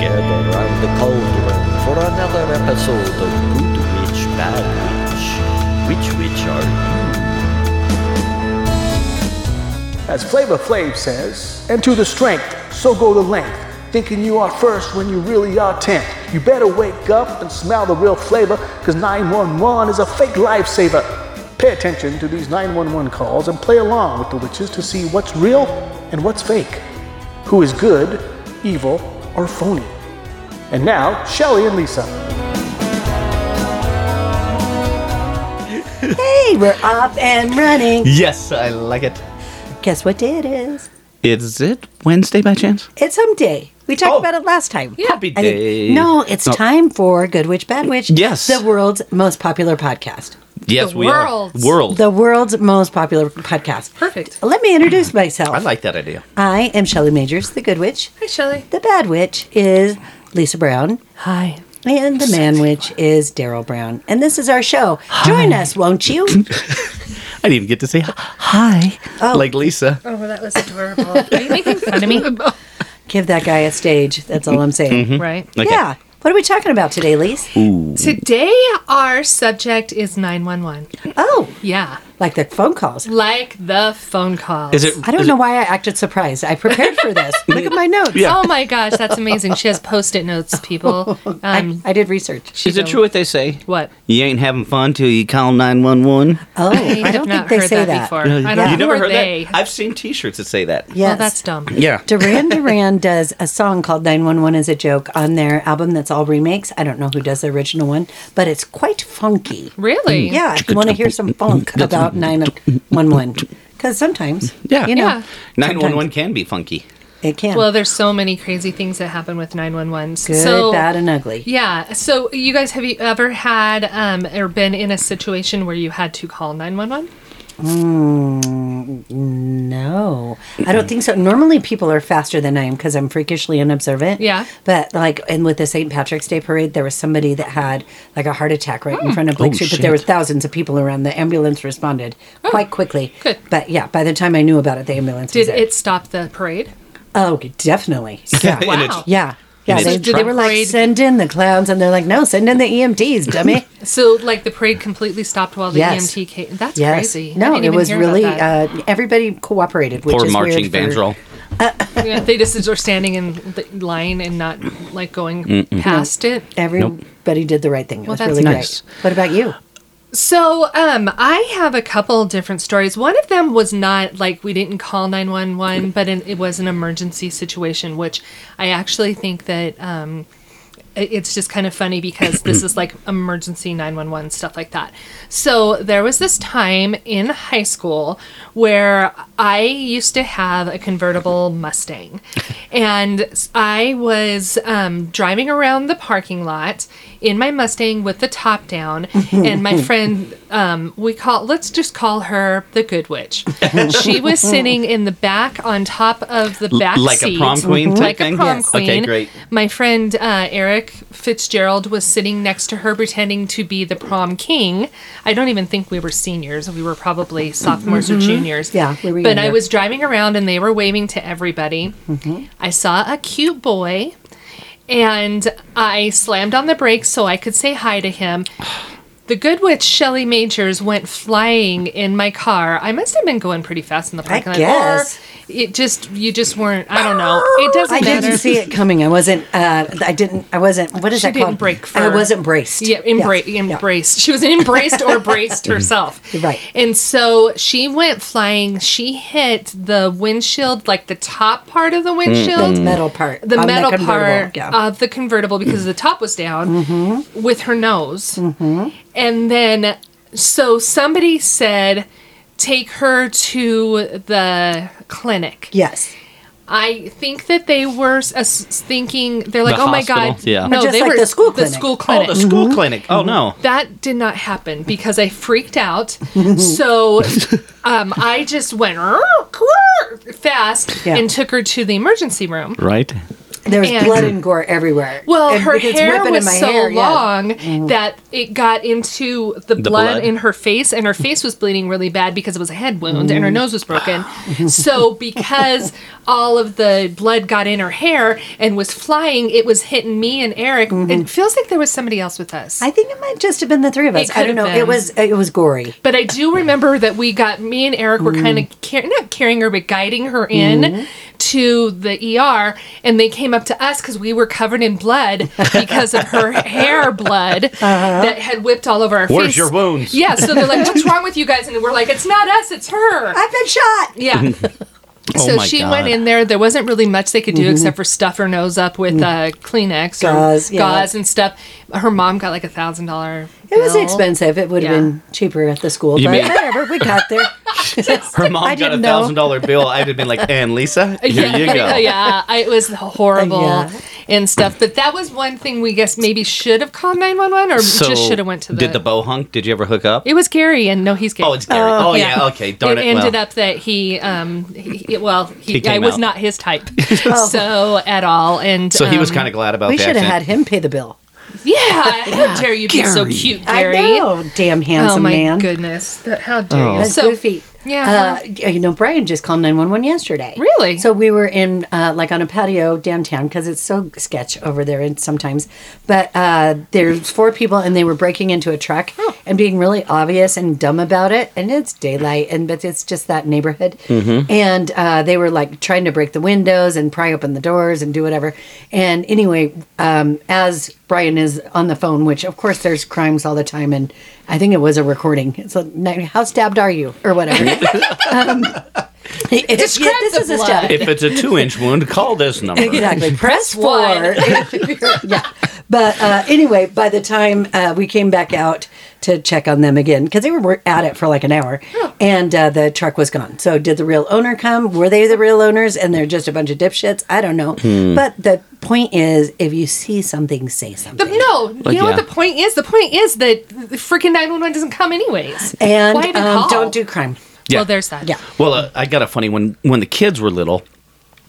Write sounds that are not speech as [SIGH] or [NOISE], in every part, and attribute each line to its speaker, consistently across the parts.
Speaker 1: gather round the cauldron for another episode of Good Witch, Bad Witch. Which witch are you?
Speaker 2: As Flavor Flav says, and to the strength, so go the length. Thinking you are first when you really are tenth. You better wake up and smell the real flavor, cause 911 is a fake lifesaver. Pay attention to these 911 calls and play along with the witches to see what's real and what's fake. Who is good, evil, or phony. And now, Shelly and Lisa.
Speaker 3: Hey, we're up and running.
Speaker 4: Yes, I like it.
Speaker 3: Guess what day it is?
Speaker 4: Is it Wednesday by chance?
Speaker 3: It's hump day. We talked
Speaker 4: Oh.
Speaker 3: about it last time.
Speaker 4: Happy
Speaker 3: I think-
Speaker 4: day.
Speaker 3: no, it's
Speaker 4: No.
Speaker 3: time for Good Witch Bad Witch.
Speaker 4: Yes.
Speaker 3: The world's most popular podcast.
Speaker 4: Yes,
Speaker 5: The
Speaker 4: we
Speaker 5: world's-
Speaker 4: are. World.
Speaker 3: The world's most popular podcast.
Speaker 5: Perfect.
Speaker 3: Let me introduce myself.
Speaker 4: I like that idea.
Speaker 3: I am Shelley Majors, the Good Witch.
Speaker 5: Hi, Shelley.
Speaker 3: The Bad Witch is Lisa Brown.
Speaker 5: Hi.
Speaker 3: And the man witch is Daryl Brown. And this is our show. Join us, won't you?
Speaker 4: I didn't even get to say h- hi, like Lisa.
Speaker 5: Oh, that was adorable. [LAUGHS] Are you making fun of me?
Speaker 3: Give that guy a stage. That's all I'm saying.
Speaker 5: right.
Speaker 4: Mm-hmm. Okay.
Speaker 3: Yeah. What are we talking about today, Lise?
Speaker 5: Today, our subject is 911.
Speaker 3: Oh,
Speaker 5: Yeah.
Speaker 3: like the phone calls.
Speaker 5: Like the phone calls.
Speaker 4: Is it?
Speaker 3: I don't know why I acted surprised. I prepared for
Speaker 4: [LAUGHS]
Speaker 3: this. Look at my notes.
Speaker 4: Yeah.
Speaker 5: Oh my gosh, that's amazing.
Speaker 4: [LAUGHS]
Speaker 5: She has post it notes, people. Um,
Speaker 3: I did research.
Speaker 5: she's
Speaker 4: Is it
Speaker 5: a-
Speaker 4: true what they say?
Speaker 5: What?
Speaker 4: You ain't having fun till you call nine one one.
Speaker 3: Oh,
Speaker 5: We
Speaker 3: I
Speaker 5: have
Speaker 3: don't think
Speaker 5: not
Speaker 3: they
Speaker 5: heard
Speaker 3: say that.
Speaker 5: that, before. I don't
Speaker 3: Yeah.
Speaker 4: You
Speaker 5: know
Speaker 4: never
Speaker 5: where
Speaker 4: heard
Speaker 5: they.
Speaker 4: that? I've seen T-shirts that say that.
Speaker 3: Yes.
Speaker 5: Oh, that's dumb.
Speaker 4: Yeah.
Speaker 5: [LAUGHS]
Speaker 3: Duran Duran does a song called 911 as a joke on their album that's all remakes. I don't know who does the original one, but it's quite funky.
Speaker 5: Really?
Speaker 3: Yeah, if you want to hear some funk about 911. Because sometimes,
Speaker 4: Yeah.
Speaker 3: you know,
Speaker 5: Yeah.
Speaker 4: Nine one one can be funky.
Speaker 3: it can.
Speaker 5: Well, there's so many crazy things that happen with 911s.
Speaker 3: Good,
Speaker 5: so,
Speaker 3: bad, and ugly.
Speaker 5: Yeah. So, you guys, have you ever had um, or been in a situation where you had to call 911?
Speaker 3: No, I don't think so. Normally, people are faster than I am because I'm freakishly unobservant.
Speaker 5: Yeah.
Speaker 3: But like, and with the St. Patrick's Day parade, there was somebody that had like a heart attack right in front of Blake
Speaker 4: Oh,
Speaker 3: Street, but there were thousands of people around. The ambulance responded quite quickly.
Speaker 5: Oh, good.
Speaker 3: But yeah, by the time I knew about it, the ambulance was
Speaker 5: Did
Speaker 3: there.
Speaker 5: it stop the parade?
Speaker 3: Oh, definitely. [LAUGHS] Yeah.
Speaker 4: And it's-
Speaker 5: Wow.
Speaker 3: Yeah. Yeah,
Speaker 4: it's
Speaker 3: they,
Speaker 4: Did the
Speaker 3: they were like,
Speaker 5: parade-
Speaker 3: send in the clowns, and they're like, no, send in the
Speaker 5: [LAUGHS]
Speaker 3: EMTs, dummy.
Speaker 5: So, like, the parade completely stopped while the E
Speaker 3: Yes.
Speaker 5: EMT came. That's
Speaker 3: yes.
Speaker 5: crazy. I
Speaker 3: No,
Speaker 5: didn't
Speaker 3: it
Speaker 5: even
Speaker 3: was
Speaker 5: hear about
Speaker 3: really,
Speaker 5: that.
Speaker 3: uh, everybody cooperated, which
Speaker 4: Poor
Speaker 3: is
Speaker 4: marching
Speaker 3: weird for-
Speaker 4: bands roll.
Speaker 3: uh,
Speaker 5: Yeah, they just are standing in the line and not like going past it.
Speaker 3: Everybody did the right thing. It was
Speaker 5: that's
Speaker 3: really
Speaker 4: nice.
Speaker 3: great. What about you?
Speaker 5: So, um, I have a couple different stories. One of them was not like we didn't call 911, but an, it was an emergency situation, which I actually think that um, i- it's just kind of funny because
Speaker 4: [CLEARS THROAT]
Speaker 5: this is like emergency 911 stuff like that. So, there was this time in high school where I used to have a
Speaker 4: [LAUGHS]
Speaker 5: convertible Mustang, and s- I was um, driving around the parking lot in my Mustang with the top down,
Speaker 4: [LAUGHS]
Speaker 5: and my friend, um, we call let's just call her the
Speaker 4: [LAUGHS]
Speaker 5: Good Witch. she was sitting in the back on top of the back
Speaker 4: like a
Speaker 5: seat,
Speaker 4: prom queen type
Speaker 5: like
Speaker 4: thing?
Speaker 5: a prom
Speaker 4: Yes.
Speaker 5: queen.
Speaker 4: Okay, great.
Speaker 5: My friend uh, Eric Fitzgerald was sitting next to her, pretending to be the prom king. I don't even think we were seniors; we were probably sophomores or juniors.
Speaker 3: Mm-hmm. Yeah, we were
Speaker 5: But I
Speaker 3: younger. Mm-hmm.
Speaker 5: was driving around, and they were waving to everybody. I saw a cute boy and I slammed on the brakes so I could say hi to him. The good witch Shelly Majors went flying in my car. I must have been going pretty fast in the parking lot.
Speaker 3: guess.
Speaker 5: Or it just you just weren't I don't know. It doesn't
Speaker 3: I
Speaker 5: matter.
Speaker 3: didn't see it coming. I wasn't. Uh, I didn't. I wasn't. What is
Speaker 5: She
Speaker 3: that
Speaker 5: didn't
Speaker 3: called?
Speaker 5: break
Speaker 3: I
Speaker 5: for-
Speaker 3: wasn't braced.
Speaker 5: Yeah, embra- embraced. She was embraced
Speaker 3: [LAUGHS]
Speaker 5: or braced herself.
Speaker 3: Mm-hmm. Right.
Speaker 5: And so she went flying. She hit the windshield, like the top part of the windshield.
Speaker 3: Metal part. Um,
Speaker 5: the
Speaker 3: Mm. on
Speaker 5: metal
Speaker 3: convertible,
Speaker 5: part uh,
Speaker 3: Yeah. Mm-hmm.
Speaker 5: of the convertible because the top was down with her nose. And then, so somebody said, take her to the clinic.
Speaker 3: yes.
Speaker 5: I think that they were s- s- thinking, they're like,
Speaker 4: The
Speaker 5: oh my
Speaker 4: hospital?
Speaker 5: God.
Speaker 4: Yeah. Or
Speaker 5: No,
Speaker 3: just
Speaker 5: they
Speaker 3: like
Speaker 5: were
Speaker 3: the school
Speaker 5: the
Speaker 3: clinic.
Speaker 5: school clinic.
Speaker 4: Oh, the school clinic. Oh no.
Speaker 5: That did not happen because I
Speaker 3: [LAUGHS]
Speaker 5: freaked out. so um, I just went "Rrr, rrr," fast
Speaker 3: Yeah.
Speaker 5: and took her to the emergency room.
Speaker 4: Right.
Speaker 3: There was
Speaker 5: And-
Speaker 3: blood and gore everywhere.
Speaker 5: Well,
Speaker 3: And
Speaker 5: her
Speaker 3: with its
Speaker 5: hair
Speaker 3: whipping in
Speaker 5: was
Speaker 3: my
Speaker 5: so
Speaker 3: hair, yeah. Mm.
Speaker 5: long that it got into the, blood,
Speaker 1: blood.
Speaker 5: in her face, and her face was bleeding really bad because it was a head wound and her
Speaker 3: Mm.
Speaker 5: nose was
Speaker 3: [LAUGHS]
Speaker 5: broken. so, because all of the blood got in her hair and was flying, it was hitting me and Eric.
Speaker 3: Mm-hmm.
Speaker 5: It feels like there was somebody else with us.
Speaker 3: I think it might just have been the three of us. I
Speaker 5: could
Speaker 3: don't know.
Speaker 5: have
Speaker 3: It
Speaker 5: been.
Speaker 3: was it was gory.
Speaker 5: But I do remember that we got me and Eric were
Speaker 3: Mm-hmm.
Speaker 5: kind of car- not carrying her, but guiding her in to the ER, and they came up to us because we were covered in blood because of
Speaker 3: [LAUGHS]
Speaker 5: her hair blood
Speaker 3: Uh-huh.
Speaker 5: that had whipped all over our face.
Speaker 6: Where's your wounds?
Speaker 5: Yeah, so they're like, "What's wrong with you guys?" And we're like, "It's not us, it's her."
Speaker 3: I've been shot.
Speaker 5: yeah.
Speaker 4: Oh
Speaker 5: so
Speaker 4: my
Speaker 5: she
Speaker 4: God.
Speaker 5: went in there. There wasn't really much they could do except for stuff her nose up with uh, Kleenex or
Speaker 3: Mm-hmm. Gauze, yeah.
Speaker 5: gauze and stuff. Her mom got like a thousand dollar.
Speaker 3: It was expensive. It would have
Speaker 5: Yeah.
Speaker 3: been cheaper at the school,
Speaker 6: You
Speaker 3: but
Speaker 6: mean-
Speaker 3: whatever. We got
Speaker 6: [LAUGHS]
Speaker 3: there.
Speaker 6: Her mom
Speaker 3: I
Speaker 6: got a
Speaker 3: didn't know.
Speaker 6: thousand dollar bill. I'd have been
Speaker 5: [LAUGHS]
Speaker 6: like, "And Lisa, here
Speaker 5: yeah,
Speaker 6: you go."
Speaker 5: yeah, [LAUGHS] I- it was horrible
Speaker 3: Yeah.
Speaker 5: and stuff. But that was one thing we guess maybe should have called nine one one or just should have went to the.
Speaker 6: Did the bow hunk? Did you ever hook up?
Speaker 5: it was Gary, and no, he's Gary.
Speaker 6: oh, it's Gary. Oh, yeah. Okay. Darn it.
Speaker 5: ended
Speaker 6: well.
Speaker 5: up that he, um, he, he- well, he,
Speaker 6: He
Speaker 5: I
Speaker 6: came
Speaker 5: was
Speaker 6: out. Oh.
Speaker 5: not
Speaker 6: [LAUGHS]
Speaker 5: his type, [LAUGHS] so at all. And
Speaker 6: So he was
Speaker 5: um,
Speaker 6: kind of glad about
Speaker 3: We
Speaker 6: the
Speaker 3: should have
Speaker 6: accent.
Speaker 3: had him pay the bill.
Speaker 5: yeah.
Speaker 6: [LAUGHS]
Speaker 5: How dare you be so cute, Gary?
Speaker 3: I know, damn
Speaker 5: Oh
Speaker 3: handsome
Speaker 5: my
Speaker 3: man.
Speaker 5: goodness! That- How
Speaker 6: Oh.
Speaker 5: dare you?
Speaker 3: That's
Speaker 5: So
Speaker 3: goofy.
Speaker 5: yeah.
Speaker 3: Uh, you know, Brian just called 911 yesterday.
Speaker 5: Really?
Speaker 3: So we were in, uh, like, on a patio downtown because it's so sketch over there and sometimes. But uh, there's four people and they were breaking into a truck and being really obvious and dumb about it. And it's daylight, and but it's just that neighborhood.
Speaker 5: Mm-hmm.
Speaker 3: And uh, they were like trying to break the windows and pry open the doors and do whatever. And anyway, um, as Brian is on the phone, which of course there's crimes all the time, and I think it was a recording. It's like, how stabbed are you, or whatever.
Speaker 5: [LAUGHS]
Speaker 3: It-
Speaker 5: Describe
Speaker 3: yeah, this
Speaker 5: the
Speaker 3: is a
Speaker 5: blood.
Speaker 3: step.
Speaker 6: If it's a two inch wound, call
Speaker 5: [LAUGHS]
Speaker 6: this number.
Speaker 3: Exactly. Press four.
Speaker 5: one.
Speaker 3: [LAUGHS] yeah. But uh, anyway, by the time uh, we came back out to check on them again, because they were- were at it for like an hour, and uh, the truck was gone. So did the real owner come? Were they the real owners? And they're just a bunch of dipshits. I don't know.
Speaker 6: Hmm.
Speaker 3: But the point is, if you see something, say
Speaker 5: the,
Speaker 3: something.
Speaker 5: no, you know what
Speaker 4: yeah.
Speaker 5: the point is. The point is that the freaking nine one one doesn't come anyways.
Speaker 3: and
Speaker 5: Why even
Speaker 3: um,
Speaker 5: call?
Speaker 3: don't do crime.
Speaker 6: Yeah.
Speaker 5: Well, there's that.
Speaker 3: Yeah.
Speaker 6: Well, uh, I got a funny one when the kids were little,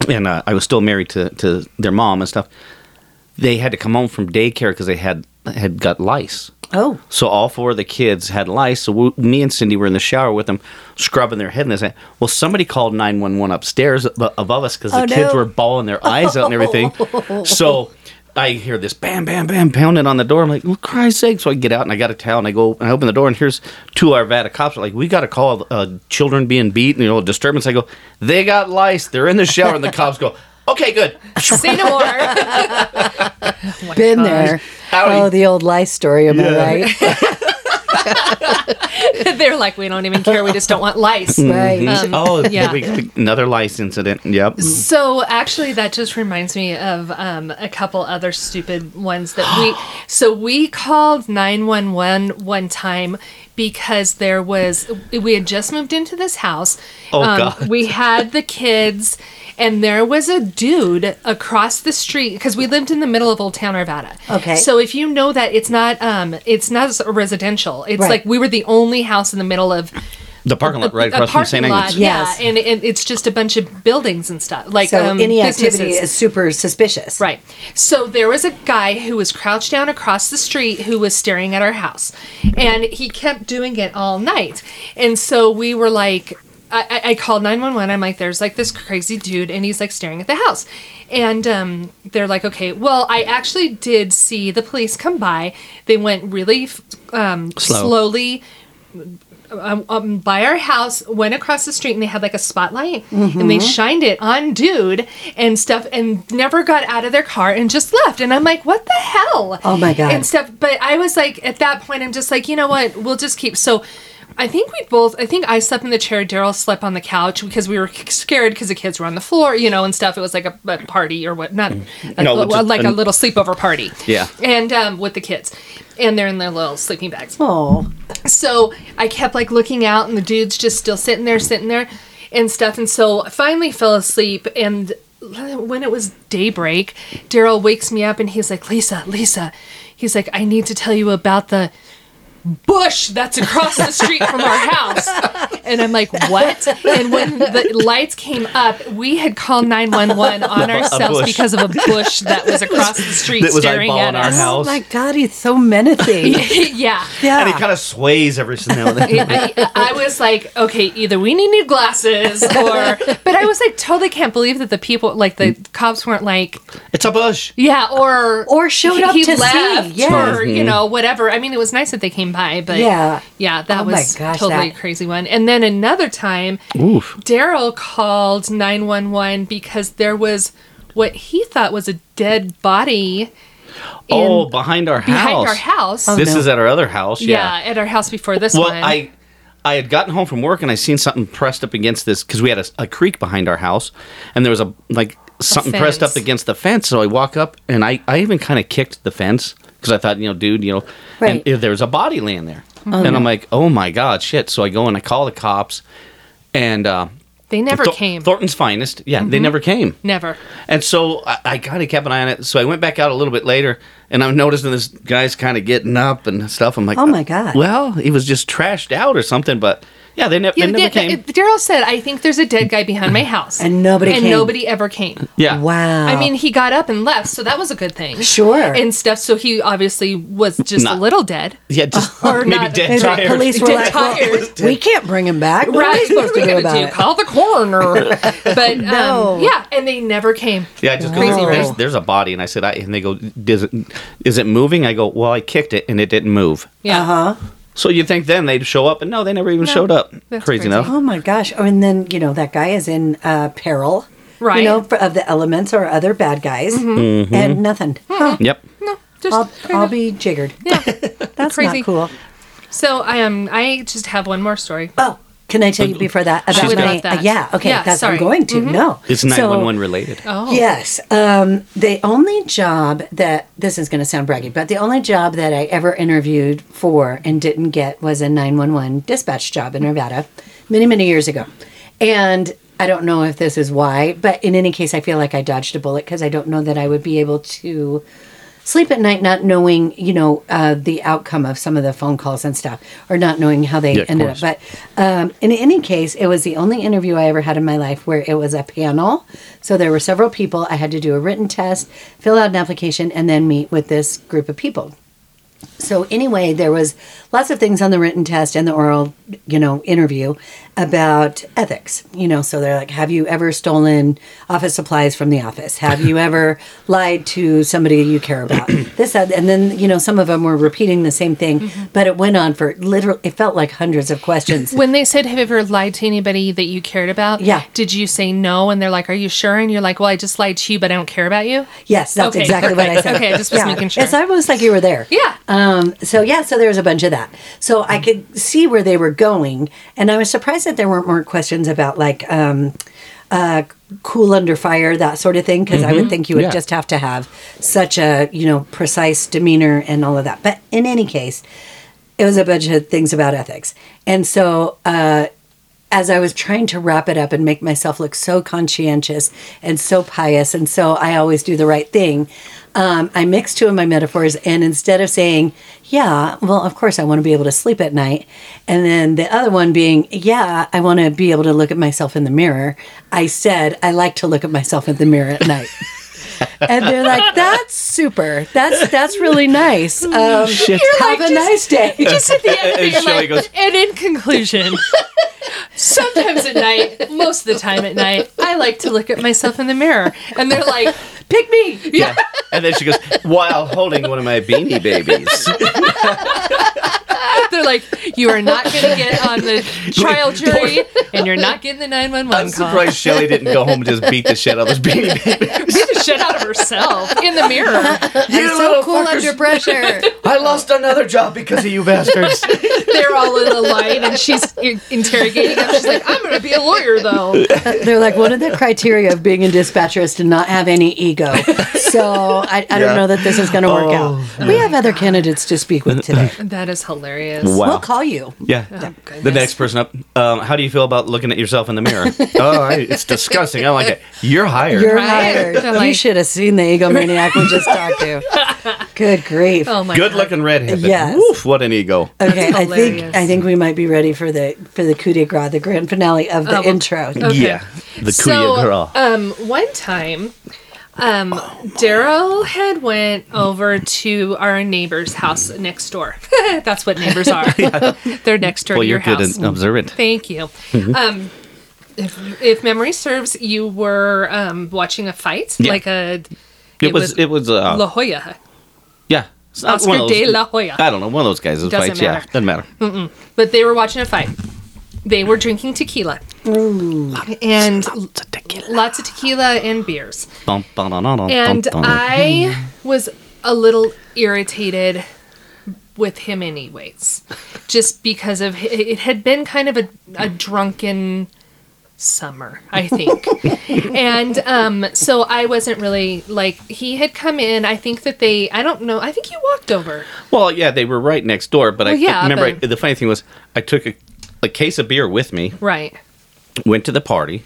Speaker 6: and uh, I was still married to, to their mom and stuff. They had to come home from daycare because they had had got lice.
Speaker 3: Oh.
Speaker 6: So all four of the kids had lice. So we, me and Cindy were in the shower with them, scrubbing their head, and they said, "Well, somebody called nine one one upstairs ab- above us because the
Speaker 3: Oh, no.
Speaker 6: kids were bawling their eyes out
Speaker 3: [LAUGHS]
Speaker 6: and everything." so I hear this bam, bam, bam, pounding on the door. I'm like, "Well, Christ's sake!" So I get out and I got a towel and I go and I open the door and here's two Arvada cops. like, "We got a call, uh, children being beat, and you know, disturbance." I go, "They got lice. They're in the shower," and the cops go. Okay,
Speaker 5: [LAUGHS]
Speaker 6: good.
Speaker 5: Say no more. [LAUGHS] Oh
Speaker 3: Been there.
Speaker 6: Howdy.
Speaker 3: Oh, the old life story, am I [LAUGHS] right?
Speaker 5: They're like, we don't even care. We just don't want lice.
Speaker 3: [LAUGHS] Right.
Speaker 5: Um,
Speaker 6: Oh,
Speaker 5: yeah. Mm.
Speaker 6: we- another lice incident. Yep.
Speaker 5: So actually, that just reminds me of um, a couple other stupid ones that
Speaker 6: [GASPS]
Speaker 5: we. so we called nine one one one time because there was we had just moved into this house. Um,
Speaker 6: Oh, God.
Speaker 5: We had the kids. And there was a dude across the street because we lived in the middle of Old Town Arvada.
Speaker 3: Okay.
Speaker 5: So if you know that it's not um it's not a residential. It's
Speaker 3: Right.
Speaker 5: like we were the only house in the middle of
Speaker 6: The parking lot [LAUGHS] right
Speaker 5: a
Speaker 6: across from
Speaker 5: parking
Speaker 6: St.
Speaker 5: lot,
Speaker 6: Agnes.
Speaker 5: Yeah,
Speaker 3: Yes.
Speaker 5: and, and it's just a bunch of buildings and stuff. Like
Speaker 3: So
Speaker 5: um,
Speaker 3: any activity
Speaker 5: businesses.
Speaker 3: is super suspicious.
Speaker 5: Right. So there was a guy who was crouched down across the street who was staring at our house. And he kept doing it all night. And so we were like, I, I- I called 911. I'm like, there's like this crazy dude, and he's like staring at the house. And um, they're like, okay, well, I actually did see the police come by. They went really f- um,
Speaker 6: Slow.
Speaker 5: slowly um, um, by our house, went across the street, and they had like a spotlight, and
Speaker 3: Mm-hmm.
Speaker 5: they shined it on dude and stuff, and never got out of their car and just left. And I'm like, what the hell?
Speaker 3: Oh, my God.
Speaker 5: And stuff. But I was like, at that point, I'm just like, you know what? We'll just keep so. I think we both. I think I slept in the chair. Daryl slept on the couch because we were scared because the kids were on the floor, you know, and stuff. It was like a, a party or what? Not a-
Speaker 6: Mm. No,
Speaker 5: a-
Speaker 6: just
Speaker 5: like a
Speaker 6: an-
Speaker 5: little sleepover party.
Speaker 6: Yeah.
Speaker 5: And um, with the kids, and they're in their little sleeping bags.
Speaker 3: Oh,
Speaker 5: So I kept like looking out, and the dude's just still sitting there, sitting there, and stuff. And so I finally fell asleep. And when it was daybreak, Daryl wakes me up, and he's like, "Lisa, Lisa," he's like, "I need to tell you about the." bush that's across the street from our house. And I'm like, what? and when the lights came up, we had called
Speaker 6: [LAUGHS]
Speaker 5: 911 on ourselves
Speaker 6: bush.
Speaker 5: because of a bush that was across the street
Speaker 6: [LAUGHS] That was
Speaker 5: staring at
Speaker 6: eyeballing our
Speaker 5: us.
Speaker 6: house.
Speaker 3: Oh my god, he's so [LAUGHS] menacing.
Speaker 5: [LAUGHS] yeah.
Speaker 3: Yeah.
Speaker 6: And it kind of sways every so now and
Speaker 5: [LAUGHS]
Speaker 6: then.
Speaker 5: I, I was like, okay, either we need new
Speaker 3: [LAUGHS]
Speaker 5: glasses or. But I was like, totally can't believe that the people, like the cops weren't like,
Speaker 6: it's a bush.
Speaker 5: yeah, or
Speaker 3: Mm. Or showed
Speaker 5: he-
Speaker 3: up
Speaker 5: he
Speaker 3: to see,
Speaker 5: left
Speaker 3: yeah.
Speaker 5: or you know whatever. I mean, it was nice that they came by, but
Speaker 3: Yeah.
Speaker 5: yeah, that
Speaker 3: Oh my
Speaker 5: was
Speaker 3: gosh,
Speaker 5: totally
Speaker 3: that-
Speaker 5: a crazy one. And then another time, Daryl called nine one one because there was what he thought was a dead body
Speaker 6: oh,
Speaker 5: in-
Speaker 6: behind our house.
Speaker 5: behind our house.
Speaker 6: This
Speaker 3: no.
Speaker 6: is at our other house.
Speaker 5: yeah. at our house before this
Speaker 6: Well,
Speaker 5: one.
Speaker 6: I I had gotten home from work and I seen something pressed up against this because we had a, a creek behind our house and there was a like something pressed
Speaker 5: fence.
Speaker 6: up against the fence. So I walk up and I I even kind of kicked the fence because I thought you know dude you know
Speaker 3: Right.
Speaker 6: and uh, there was a body laying there
Speaker 5: Mm-hmm.
Speaker 6: and I'm like oh my god shit. So I go and I call the cops and uh,
Speaker 5: they never
Speaker 6: Thor-
Speaker 5: came. Mm-hmm.
Speaker 6: Thornton's finest. Yeah, they never came.
Speaker 5: never.
Speaker 6: And so I, I kind of kept an eye on it. So I went back out a little bit later, and I'm noticing this guy's kind of getting up and stuff. I'm like, uh,
Speaker 3: Oh my God.
Speaker 6: Well, he was just trashed out or something. But yeah, they, ne-
Speaker 5: Yeah,
Speaker 6: they never
Speaker 5: Dan-
Speaker 6: came.
Speaker 5: uh, Daryl said, "I think there's a dead guy behind my house,"
Speaker 3: And nobody
Speaker 5: and
Speaker 3: came.
Speaker 5: nobody ever came.
Speaker 6: yeah.
Speaker 3: wow.
Speaker 5: I mean, he got up and left, so that was a good thing.
Speaker 3: Sure.
Speaker 5: And stuff. So he obviously was just a
Speaker 6: Not-
Speaker 5: little dead.
Speaker 3: [LAUGHS]
Speaker 6: Yeah, just
Speaker 5: Or
Speaker 6: maybe
Speaker 5: not-
Speaker 6: dead
Speaker 3: Maybe the
Speaker 6: tired.
Speaker 3: police were like,
Speaker 5: Dead
Speaker 3: well,
Speaker 5: tired.
Speaker 3: we can't bring him back. What are we supposed to
Speaker 5: What are
Speaker 3: do
Speaker 5: we
Speaker 3: about
Speaker 5: gonna
Speaker 3: it?
Speaker 5: Call
Speaker 3: [LAUGHS]
Speaker 5: the coroner. But
Speaker 3: No.
Speaker 5: um, yeah, and they never came.
Speaker 6: Yeah, I just go,
Speaker 5: Crazy,
Speaker 6: there's,
Speaker 5: right?
Speaker 6: there's a body, and I said, I, and they go, is it, is it moving? I go, well, I kicked it, and it didn't move.
Speaker 5: Yeah.
Speaker 3: Uh huh.
Speaker 6: So you think then they'd show up, and no, they never even showed up.
Speaker 5: that's
Speaker 6: crazy
Speaker 5: crazy.
Speaker 6: enough.
Speaker 3: Oh my gosh. Oh, and then, you know, that guy is in uh, peril. You
Speaker 5: Right. Mm-hmm.
Speaker 3: know, for, of the elements or other bad guys.
Speaker 6: Mm-hmm.
Speaker 3: And nothing. Huh.
Speaker 6: Yep.
Speaker 5: No, just
Speaker 3: I'll,
Speaker 5: kind
Speaker 3: I'll
Speaker 5: of-
Speaker 3: be jiggered.
Speaker 5: Hmm. yeah.
Speaker 3: [LAUGHS] That's
Speaker 5: Crazy.
Speaker 3: not cool.
Speaker 5: So I um I just have one more story.
Speaker 3: Oh, can I tell you before that about
Speaker 5: would
Speaker 3: my-
Speaker 5: love that.
Speaker 3: uh, yeah, okay,
Speaker 5: Yeah,
Speaker 3: that's
Speaker 5: sorry. Mm-hmm.
Speaker 3: I'm going to. No.
Speaker 6: It's
Speaker 3: So- [LAUGHS]
Speaker 6: 911 related.
Speaker 5: Oh.
Speaker 3: Yes. Um, the only job that this is going to sound braggy, but the only job that I ever interviewed for and didn't get was a 911 dispatch job in Nevada many, many years ago. And I don't know if this is why, but in any case, I feel like I dodged a bullet because I don't know that I would be able to sleep at night not knowing, you know, uh, the outcome of some of the phone calls and stuff or not knowing how they
Speaker 6: Yeah, of
Speaker 3: ended
Speaker 6: course.
Speaker 3: up. But um, in any case, it was the only interview I ever had in my life where it was a panel. So there were several people. I had to do a written test, fill out an application, and then meet with this group of people. So anyway, there was lots of things on the written test and the oral, you know, interview about ethics. You know, so they're like, have you ever stolen office supplies from the office? Have
Speaker 5: [LAUGHS]
Speaker 3: you ever lied to somebody you care
Speaker 5: [CLEARS THROAT]
Speaker 3: about? this that, and then you know, some of them were repeating the same thing,
Speaker 5: Mm-hmm.
Speaker 3: but it went on for literally. It felt like hundreds of questions.
Speaker 5: When they said, "Have you ever lied to anybody that you cared about?"
Speaker 3: Yeah.
Speaker 5: Did you say no? And they're like, "Are you sure?" And you're like, "Well, I just lied to you, but I don't care about you."
Speaker 3: Yes, that's
Speaker 5: Okay,
Speaker 3: exactly what I
Speaker 5: perfect.
Speaker 3: said.
Speaker 5: Okay, I just was making sure.
Speaker 3: It's almost like you were there.
Speaker 5: Yeah.
Speaker 3: Um, so yeah, so there was a bunch of that. So I could see where they were going, and I was surprised that there weren't more questions about like um, uh, cool under fire, that sort of thing, because I would think you would
Speaker 6: Yeah.
Speaker 3: just have to have such a you know precise demeanor and all of that. But in any case, it was a bunch of things about ethics, and so as I was trying to wrap it up and make myself look so conscientious and so pious, and so I always do the right thing, um, I mixed two of my metaphors. And instead of saying, Yeah, well, of course I want to be able to sleep at night, and then the other one being, Yeah, I want to be able to look at myself in the mirror, I said, I like to look at myself in the mirror at night. and they're like, That's super. That's that's really nice. Um, Have a nice day.
Speaker 5: Just at the end of it,
Speaker 6: And
Speaker 5: you're
Speaker 6: Shelley
Speaker 5: like,
Speaker 6: goes-
Speaker 5: and in conclusion, [LAUGHS] sometimes at night, most of the time at night, I like to look at myself in the mirror, and they're like, [LAUGHS] "Pick me." Yeah.
Speaker 6: And then she goes, while holding one of my beanie babies.
Speaker 5: They're like, "You are not going to get on the trial jury, and you're not getting the 911
Speaker 6: I'm
Speaker 5: call."
Speaker 6: surprised Shelly didn't go home and just beat the shit out of this beanie [LAUGHS] baby.
Speaker 5: Beat the shit out of herself in the mirror.
Speaker 6: You
Speaker 3: so cool under
Speaker 5: [LAUGHS]
Speaker 3: pressure.
Speaker 6: I lost another job because of you [LAUGHS] bastards.
Speaker 5: They're all in the light, and she's in- interrogating them. She's like, "I'm going to be a lawyer, though." [LAUGHS]
Speaker 3: They're like one of the criteria of being a dispatcher is to not have any ego. So I, I don't know that this is going to work out. We have other candidates to speak with today.
Speaker 5: That is hilarious.
Speaker 3: We'll call you.
Speaker 6: Yeah. the
Speaker 5: goodness.
Speaker 6: next person up. Um, how do you feel
Speaker 5: [LAUGHS]
Speaker 6: about looking at yourself in the mirror? oh, I, it's disgusting. I don't like it. You're hired.
Speaker 3: You're
Speaker 5: Right.
Speaker 3: hired.
Speaker 5: They're like,
Speaker 3: you should have seen the egomaniac we just talked
Speaker 5: [LAUGHS]
Speaker 3: to. Good grief.
Speaker 5: Oh my
Speaker 6: Good
Speaker 5: God.
Speaker 6: looking redhead.
Speaker 3: Yes.
Speaker 6: Woof, what an ego.
Speaker 3: Okay, I think
Speaker 5: hilarious.
Speaker 3: I think we might be ready for the for the coup de grace, the grand finale of the
Speaker 5: Oh, well,
Speaker 3: intro.
Speaker 6: Yeah. The coup de
Speaker 5: So,
Speaker 6: grace.
Speaker 5: um, one time, um, Daryl had went over to our neighbor's house next door. [LAUGHS] That's what
Speaker 6: [LAUGHS]
Speaker 5: neighbors are. [LAUGHS] They're next door
Speaker 6: well,
Speaker 5: to
Speaker 6: you're
Speaker 5: your
Speaker 6: good um, Mm-hmm.
Speaker 5: house.
Speaker 6: and observant.
Speaker 5: Thank you. Um, if, if memory serves, you were um, watching a fight,
Speaker 6: Yeah.
Speaker 5: like a.
Speaker 6: It, was, it was, uh,
Speaker 5: La Jolla.
Speaker 6: yeah. It's not
Speaker 5: Oscar de La Hoya.
Speaker 6: I don't know, one of those guys. that
Speaker 5: Doesn't
Speaker 6: fights. Yeah,
Speaker 5: matter. Mm.
Speaker 6: doesn't matter.
Speaker 5: But they were watching a fight. They were drinking tequila. And lots of tequila. and beers.
Speaker 6: Dun, dun, dun, dun, dun,
Speaker 5: And
Speaker 6: dun.
Speaker 5: I
Speaker 6: Hmm.
Speaker 5: was a little irritated with him, anyways, just because of it had been kind of a, a drunken summer, I
Speaker 6: [LAUGHS]
Speaker 5: think. and um, so I wasn't really like, he had come in. I think that they, I don't know, I think you walked over.
Speaker 6: Well, yeah, they were right next door, but I
Speaker 5: Well, yeah,
Speaker 6: remember
Speaker 5: but-
Speaker 6: I, the funny thing was I took a, a case of beer with me,
Speaker 5: Right.
Speaker 6: went to the party,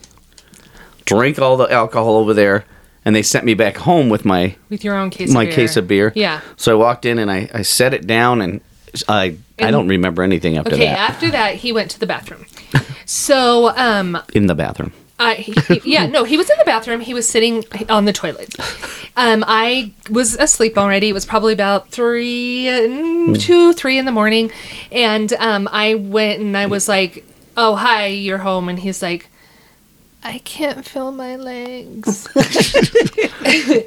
Speaker 6: drank all the alcohol over there, and they sent me back home with my
Speaker 5: With your own case
Speaker 6: my
Speaker 5: of beer.
Speaker 6: case of beer.
Speaker 5: Yeah.
Speaker 6: So I walked in and I, I set it down and I I
Speaker 5: And-
Speaker 6: don't remember anything after
Speaker 5: Okay,
Speaker 6: that
Speaker 5: after that, he went to the
Speaker 6: [LAUGHS]
Speaker 5: bathroom. So, um,
Speaker 6: in the bathroom.
Speaker 5: I, Uh, he- yeah, no, he was in the bathroom. He was sitting on the toilet. Um, I was asleep already. It was probably about three, mm, two, three in the morning, and um, I went and I was like, "Oh, hi, you're home," and he's like. I can't feel my legs.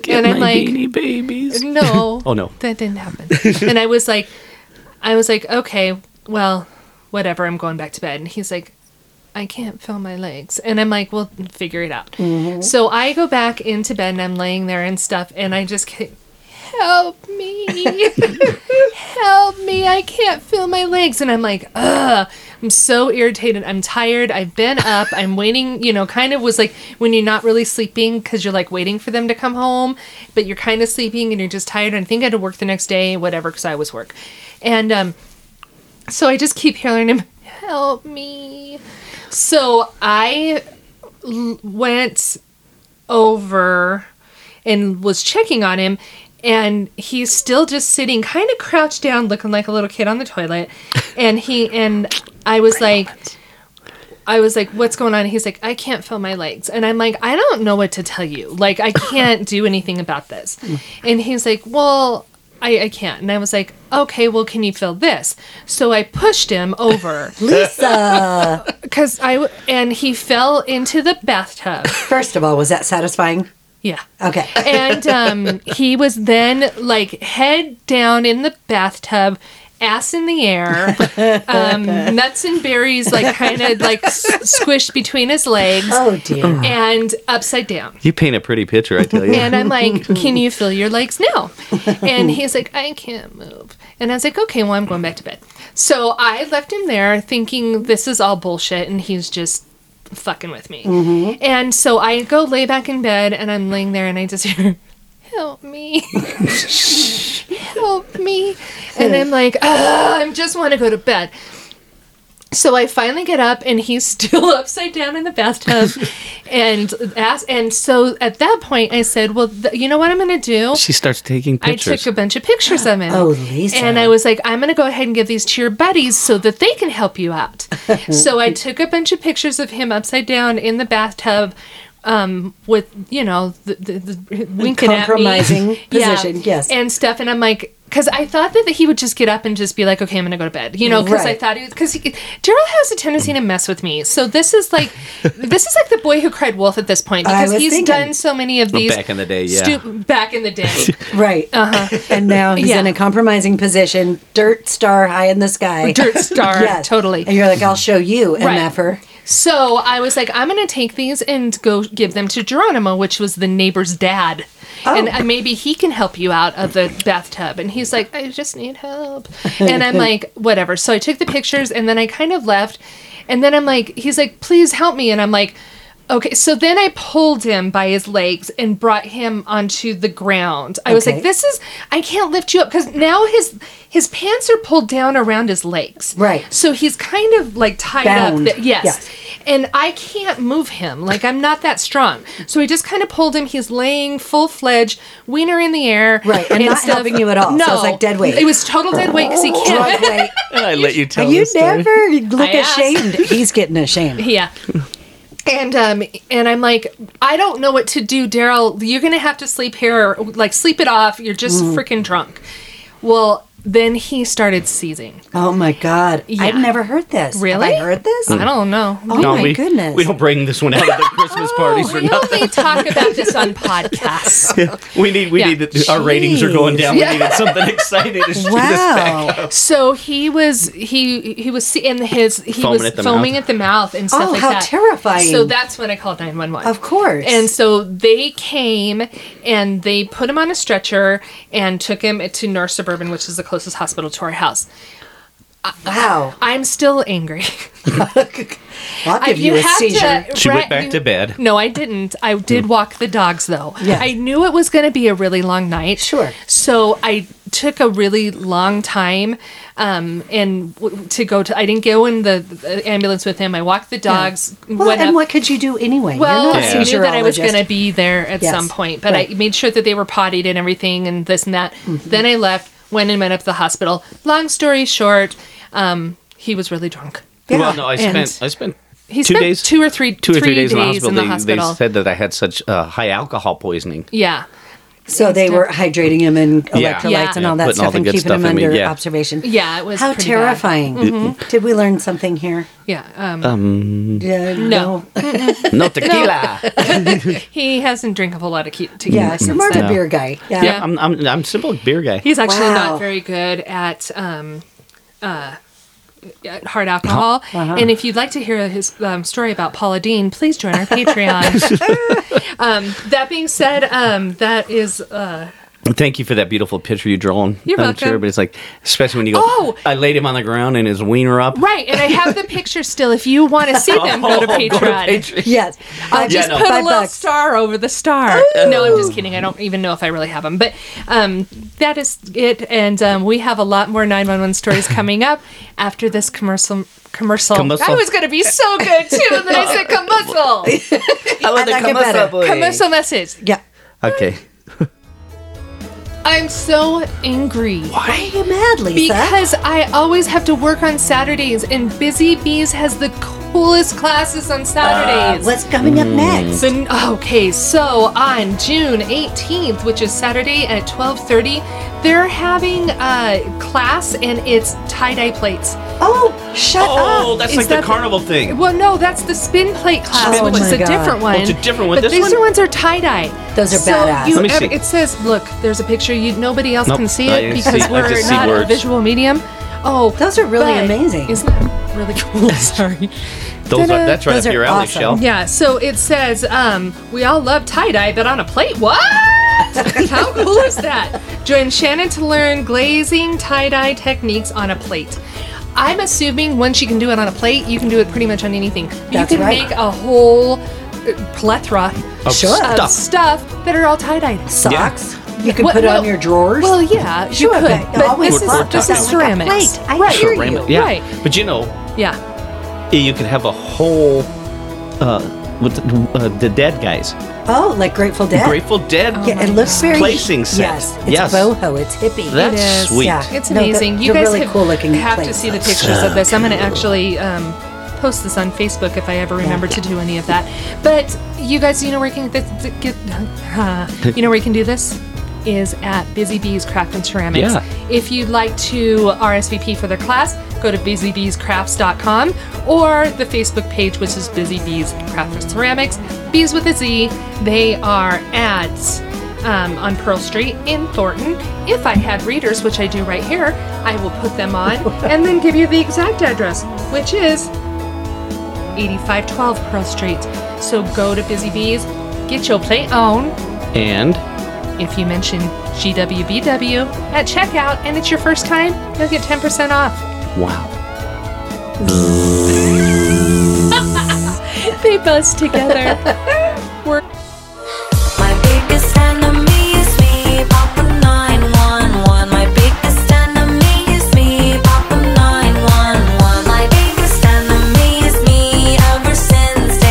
Speaker 5: and I'm like,
Speaker 6: babies.
Speaker 5: no.
Speaker 6: [LAUGHS] Oh, no.
Speaker 5: That didn't
Speaker 6: [LAUGHS]
Speaker 5: happen. and I was like I was like, okay, well, whatever, I'm going back to bed. And he's like, I can't feel my legs. And I'm like, well, figure it out.
Speaker 6: Mm-hmm.
Speaker 5: So I go back into bed and I'm laying there and stuff and I just ca- help me.
Speaker 6: [LAUGHS]
Speaker 5: help me. I can't feel my legs and I'm like, ugh. I'm so irritated. I'm tired. I've been up. I'm waiting, you know, kind of was like when you're not really sleeping because you're like waiting for them to come home, but you're kind of sleeping and you're just tired. And I think I had to work the next day, whatever, because I always work. And um, so I just keep hearing him, help me. So I l- went over and was checking on him and he's still just sitting kind of crouched down looking like a little kid on the toilet and he and i was like i was like what's going on And he's like i can't feel my legs and i'm like i don't know what to tell you like i can't do anything about this and he's like well I, I can't and i was like okay well can you feel this so i pushed him over
Speaker 3: Lisa,
Speaker 5: [LAUGHS] because i w- and he fell into the bathtub
Speaker 3: first of all, was that satisfying?
Speaker 5: yeah
Speaker 3: Okay.
Speaker 5: and um, he was then like head down in the bathtub ass in
Speaker 3: [LAUGHS]
Speaker 5: the air um, nuts and berries like kind of like s- squished between his legs
Speaker 3: Oh dear.
Speaker 5: and upside down
Speaker 6: You paint a pretty picture, I tell you.
Speaker 5: and I'm like, "Can you feel your legs now?" And he's like, "I can't move." And I was like, "Okay, well, I'm going back to bed." So I left him there, thinking this is all bullshit, and he's just fucking with me. And so I go lay back in bed, and I'm laying there, and I just hear, "Help me." Help me. And I'm like, "Ugh, I just want to go to bed. So I finally get up, and he's [LAUGHS] still upside down in the bathtub, and ask, and so at that point I said, "Well, th- you know what I'm going to
Speaker 6: [LAUGHS]
Speaker 5: do?
Speaker 6: she starts taking
Speaker 5: I
Speaker 6: pictures.
Speaker 5: took a bunch of pictures of him.
Speaker 3: [GASPS] Oh, Lisa.
Speaker 5: And I was like, I'm going to go ahead and give these to your buddies so that they can help
Speaker 3: [LAUGHS]
Speaker 5: you out. so I took a bunch of pictures of him upside down in the bathtub um, with, you know, the, the, the winking at [LAUGHS]
Speaker 3: Compromising
Speaker 5: me.
Speaker 3: position, yes.
Speaker 5: And stuff. And I'm like, because I thought that he would just get up and just be like, okay, I'm going to go to bed. You know, because I
Speaker 3: Right.
Speaker 5: thought he was, because Daryl has a tendency to mess with me. So this
Speaker 6: [LAUGHS]
Speaker 5: is like, this is like the boy who cried wolf at this point
Speaker 3: I
Speaker 5: because
Speaker 3: was
Speaker 5: he's
Speaker 3: thinking.
Speaker 5: done so many of these.
Speaker 6: back in the day, yeah.
Speaker 5: stu- back in the day.
Speaker 6: [LAUGHS]
Speaker 3: Right. [LAUGHS] And now he's
Speaker 5: Uh-huh. Yeah.
Speaker 3: in a compromising position, dirt star high in the sky.
Speaker 5: [LAUGHS] dirt
Speaker 3: [LAUGHS]
Speaker 5: star
Speaker 3: Yes.
Speaker 5: totally
Speaker 3: And you're like, I'll show you,
Speaker 5: Right.
Speaker 3: MFer.
Speaker 5: so i was like i'm gonna take these and go give them to geronimo which was the neighbor's dad
Speaker 3: Oh.
Speaker 5: and uh, maybe he can help you out of the bathtub and he's like i just
Speaker 3: [LAUGHS]
Speaker 5: need help and i'm like whatever so i took the pictures and then i kind of left and then i'm like he's like please help me and i'm like Okay, so then I pulled him by his legs and brought him onto the ground. I was
Speaker 3: Okay.
Speaker 5: like, "This is I can't lift you up because now his his pants are pulled down around his legs.
Speaker 3: Right.
Speaker 5: So he's kind of like tied tied
Speaker 3: Bound.
Speaker 5: up. That, yes.
Speaker 3: Yes.
Speaker 5: and I can't move him. Like I'm not that strong. So he just kind of pulled him. He's laying full fledged, wiener in the air.
Speaker 3: Right, and
Speaker 5: and
Speaker 3: not
Speaker 5: stuff.
Speaker 3: helping you at all. So
Speaker 5: No,
Speaker 3: it's like dead weight. Oh.
Speaker 5: It was total dead weight because he [LAUGHS]
Speaker 3: [LAUGHS]
Speaker 5: can't.
Speaker 3: Wait,
Speaker 6: And I let you tell
Speaker 3: you
Speaker 6: this story.
Speaker 3: never look
Speaker 5: I asked.
Speaker 3: ashamed. He's getting ashamed.
Speaker 5: Yeah. And um and I'm like, I don't know what to do, Daryl. You're gonna have to sleep here, or, like sleep it off. You're just
Speaker 3: Mm.
Speaker 5: freaking drunk. Well, then he started seizing.
Speaker 3: Oh my god,
Speaker 5: Yeah.
Speaker 3: I've never heard this. Have
Speaker 5: Really?
Speaker 3: I heard this?
Speaker 5: I don't know.
Speaker 3: Oh
Speaker 6: No,
Speaker 3: my
Speaker 6: we,
Speaker 3: goodness.
Speaker 6: We don't bring this one out
Speaker 5: [LAUGHS]
Speaker 6: at the Christmas parties for
Speaker 5: Oh, we
Speaker 6: nothing.
Speaker 5: only talk about this
Speaker 6: [LAUGHS]
Speaker 5: on podcasts.
Speaker 6: We need we
Speaker 5: Yeah.
Speaker 6: need that our ratings are going down.
Speaker 5: Jeez.
Speaker 6: We needed
Speaker 5: [LAUGHS]
Speaker 6: something exciting to shoot us back.
Speaker 3: Wow.
Speaker 5: So he was he he was see- and his he
Speaker 6: Foaming
Speaker 5: was
Speaker 6: at the
Speaker 5: foaming
Speaker 6: mouth.
Speaker 5: at the mouth and stuff
Speaker 3: Oh,
Speaker 5: like
Speaker 3: how
Speaker 5: that.
Speaker 3: terrifying.
Speaker 5: So that's when I called nine one one.
Speaker 3: Of course.
Speaker 5: And so they came and they put him on a stretcher and took him to North Suburban, which is the closest hospital to our house.
Speaker 3: Wow.
Speaker 5: I'm still angry. [LAUGHS]
Speaker 3: I'll
Speaker 5: I-
Speaker 3: give you, a
Speaker 5: have to
Speaker 3: seizure.
Speaker 6: She
Speaker 5: ra-
Speaker 6: went back
Speaker 5: you-
Speaker 6: to bed. Mm.
Speaker 5: No, I didn't. I did walk the dogs though.
Speaker 3: Yeah.
Speaker 5: I knew it was going to be a really long night.
Speaker 3: Sure.
Speaker 5: So I took a really long time um, and w- to go to. I didn't go in the, the ambulance with him. I walked the dogs.
Speaker 3: Well,
Speaker 5: went
Speaker 3: and
Speaker 5: up-
Speaker 3: what could you do anyway?
Speaker 5: well,
Speaker 3: You're not
Speaker 5: I
Speaker 3: a
Speaker 5: knew that I was
Speaker 3: seizurologist.
Speaker 5: going to be there at
Speaker 3: Yes.
Speaker 5: some point, but I
Speaker 3: Right. Mm-hmm.
Speaker 5: made sure that they were potted and everything and this and that. Then I left, went and went up to the hospital. Long story short, um, he was really drunk.
Speaker 3: Yeah.
Speaker 6: [LAUGHS] Well, no, I
Speaker 5: and-
Speaker 6: spent I spent
Speaker 5: He
Speaker 6: two
Speaker 5: spent
Speaker 6: days,
Speaker 5: two or three,
Speaker 6: two or three days, in the hospital.
Speaker 5: in the
Speaker 6: They-
Speaker 5: hospital.
Speaker 6: They said that I had such uh, high alcohol poisoning.
Speaker 5: yeah.
Speaker 3: So they were hydrating him and electrolytes
Speaker 6: Yeah.
Speaker 5: Yeah.
Speaker 3: and all
Speaker 6: Yeah,
Speaker 3: that
Speaker 6: putting all
Speaker 3: stuff
Speaker 6: the
Speaker 3: and
Speaker 6: good
Speaker 3: keeping
Speaker 6: stuff
Speaker 3: him
Speaker 6: in me,
Speaker 3: under
Speaker 6: yeah.
Speaker 3: observation.
Speaker 5: Yeah, it was
Speaker 3: how
Speaker 5: pretty bad. Mm-hmm.
Speaker 3: terrifying. Did we learn something here?
Speaker 5: Yeah. Um,
Speaker 3: Yeah.
Speaker 5: no.
Speaker 6: No
Speaker 5: [LAUGHS]
Speaker 6: tequila.
Speaker 5: He hasn't drank a whole lot of ke- tequila
Speaker 3: Yeah, so
Speaker 5: since
Speaker 3: more of
Speaker 5: then.
Speaker 3: a beer guy. Yeah.
Speaker 6: yeah, I'm I'm I'm simple beer guy.
Speaker 5: He's actually
Speaker 3: Wow.
Speaker 5: not very good at um, uh, at hard alcohol.
Speaker 3: Uh-huh.
Speaker 5: And if you'd like to hear his um, story about Paula Dean, please join our
Speaker 3: [LAUGHS]
Speaker 5: Patreon. um, that being said, um, that is uh,
Speaker 6: Thank you for that beautiful picture you drawn.
Speaker 5: You're
Speaker 6: I'm
Speaker 5: welcome.
Speaker 6: sure, but it's like especially when you go.
Speaker 5: Oh!
Speaker 6: I laid him on the ground and his wiener up. [LAUGHS]
Speaker 5: right. And I have the pictures still. If you want to
Speaker 6: Oh,
Speaker 5: see them, go to Patreon.
Speaker 3: Yes. I
Speaker 5: Just
Speaker 6: no.
Speaker 5: put a
Speaker 3: Five
Speaker 5: little
Speaker 3: bucks.
Speaker 5: star over the star. No, I'm just kidding. I don't even know if I really have them. But um, that is it. And um, we have a lot more 911 [LAUGHS] stories coming up after this commercial. Commercial.
Speaker 6: Commercial.
Speaker 5: That was going to be so good too. And then I
Speaker 6: [LAUGHS]
Speaker 5: said commercial.
Speaker 6: Oh,
Speaker 3: I like it better.
Speaker 5: commercial message.
Speaker 3: Yeah.
Speaker 6: Okay.
Speaker 5: I'm so angry.
Speaker 3: Why are you mad, Lisa?
Speaker 5: Because I always have to work on Saturdays, and Busy Bees has the coolest classes
Speaker 6: Uh,
Speaker 5: on Saturdays.
Speaker 3: What's coming
Speaker 5: Mm.
Speaker 3: up next?
Speaker 5: The- oh, okay, so on June 18th, which is Saturday at 12:30, they're having a class and it's tie-dye plates. Ah,
Speaker 3: Oh, shut
Speaker 6: Oh,
Speaker 3: up.
Speaker 6: that's
Speaker 5: is
Speaker 6: like the
Speaker 5: that-
Speaker 6: carnival thing.
Speaker 5: Well, no, that's the spin plate class,
Speaker 3: Oh
Speaker 5: which is
Speaker 3: my
Speaker 5: a
Speaker 3: God.
Speaker 5: different one.
Speaker 6: it's a different one.
Speaker 5: But
Speaker 6: This
Speaker 5: these
Speaker 6: one-
Speaker 5: ones are tie-dye.
Speaker 3: Those are
Speaker 5: so
Speaker 3: badass.
Speaker 5: You
Speaker 6: Let me
Speaker 5: ever-
Speaker 6: see.
Speaker 5: It says, look, there's a picture. You nobody else
Speaker 6: Nope,
Speaker 5: can see
Speaker 6: I
Speaker 5: it
Speaker 6: didn't
Speaker 5: because
Speaker 6: see- I
Speaker 5: we're
Speaker 6: just see
Speaker 5: not a
Speaker 6: words.
Speaker 5: visual medium. Oh,
Speaker 3: Those are really
Speaker 5: but-
Speaker 3: amazing.
Speaker 5: Isn't that really
Speaker 3: [LAUGHS]
Speaker 5: cool? Sorry.
Speaker 6: Those
Speaker 5: Ta-da.
Speaker 6: are, that's right
Speaker 3: Those
Speaker 6: up
Speaker 3: are
Speaker 6: your alley,
Speaker 3: awesome.
Speaker 6: Shell.
Speaker 5: Yeah, so it says, um, we all love tie dye, but on a
Speaker 3: [LAUGHS]
Speaker 5: plate, what? How cool is that? Join Shannon to learn glazing tie dye techniques on a plate. I'm assuming once you can do it on a plate, you can do it pretty much on anything.
Speaker 3: That's
Speaker 5: you can
Speaker 3: right.
Speaker 5: make a whole uh, plethora of
Speaker 3: Sure.
Speaker 5: stuff. that are all tie dyed.
Speaker 3: Socks. You can
Speaker 5: What-
Speaker 3: put on
Speaker 5: well-
Speaker 3: your drawers.
Speaker 5: Well, yeah, you
Speaker 3: Sure,
Speaker 5: could,
Speaker 3: but
Speaker 5: but
Speaker 3: always
Speaker 5: this is,
Speaker 3: look
Speaker 5: this
Speaker 3: like
Speaker 5: is
Speaker 3: a
Speaker 5: ceramics.
Speaker 3: plate. I
Speaker 5: right.
Speaker 3: hear
Speaker 6: Ceramic-
Speaker 3: you.
Speaker 6: Yeah.
Speaker 5: Right.
Speaker 6: But you know,
Speaker 5: Yeah.
Speaker 6: you can have a whole uh with uh, the dead guys
Speaker 3: Oh, like Grateful Dead.
Speaker 6: grateful dead
Speaker 3: yeah, it looks very
Speaker 6: placing set.
Speaker 3: Yes, it's
Speaker 6: Yes.
Speaker 3: boho. It's hippie.
Speaker 6: That's
Speaker 5: is.
Speaker 6: sweet.
Speaker 3: Yeah.
Speaker 5: It's
Speaker 3: No, they're-
Speaker 5: amazing. you
Speaker 3: they're
Speaker 5: guys
Speaker 3: really
Speaker 5: have,
Speaker 3: cool looking
Speaker 5: have to
Speaker 3: plates.
Speaker 5: see the pictures of this. I'm going to actually um, post this on Facebook if I ever remember to do any of that. But you guys, you know where you can th- th- get, uh, you know where you can do this is at Busy Bees Craft and Ceramics.
Speaker 6: Yeah.
Speaker 5: If you'd like to RSVP for their class, go to busybeescrafts.com or the Facebook page, which is Busy Bees Craft and Ceramics. Bees with a Z. They are at um, on Pearl Street in Thornton. If I had readers, which I do right here, I will put them on and then give you the exact address, which is 8512 Pearl Street. So go to Busy Bees, get your plate on
Speaker 6: and
Speaker 5: if you mention GWBW at checkout and it's your first time, you'll get 10%
Speaker 3: [LAUGHS]
Speaker 5: off.
Speaker 6: wow
Speaker 5: They buzz together. [LAUGHS] We're
Speaker 7: My biggest enemy is me, pop the 911. My biggest enemy is me, pop the 911. My biggest enemy is me ever since.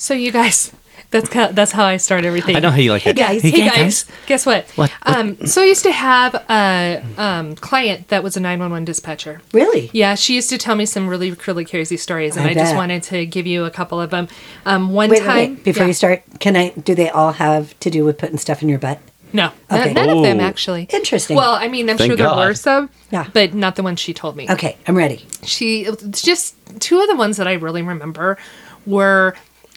Speaker 5: So you guys, that's kind that's how I start everything.
Speaker 6: I know how you like
Speaker 3: Hey
Speaker 6: it.
Speaker 3: guys,
Speaker 5: Hey,
Speaker 3: hey guys.
Speaker 5: guys. guess what?
Speaker 6: What- what-
Speaker 5: Um, so I used to have a um, client that was a 911 dispatcher.
Speaker 3: Really?
Speaker 5: Yeah, she used to tell me some really really crazy stories, and I,
Speaker 3: I
Speaker 5: just
Speaker 3: bet.
Speaker 5: wanted to give you a couple of them. Um, one
Speaker 3: Wait, wait,
Speaker 5: time,
Speaker 3: wait. Before
Speaker 5: Yeah.
Speaker 3: you start, can I? Do they all have to do with putting stuff in your butt?
Speaker 5: no,
Speaker 3: Okay.
Speaker 5: none, none of them
Speaker 6: Oh.
Speaker 5: actually.
Speaker 3: Interesting.
Speaker 5: Well, I mean, I'm
Speaker 6: Thank
Speaker 5: sure there
Speaker 6: God.
Speaker 5: were some,
Speaker 3: Yeah.
Speaker 5: but not the ones she told me.
Speaker 3: Okay, I'm
Speaker 5: [LAUGHS]
Speaker 3: ready.
Speaker 5: she it's just two of the ones that I really remember were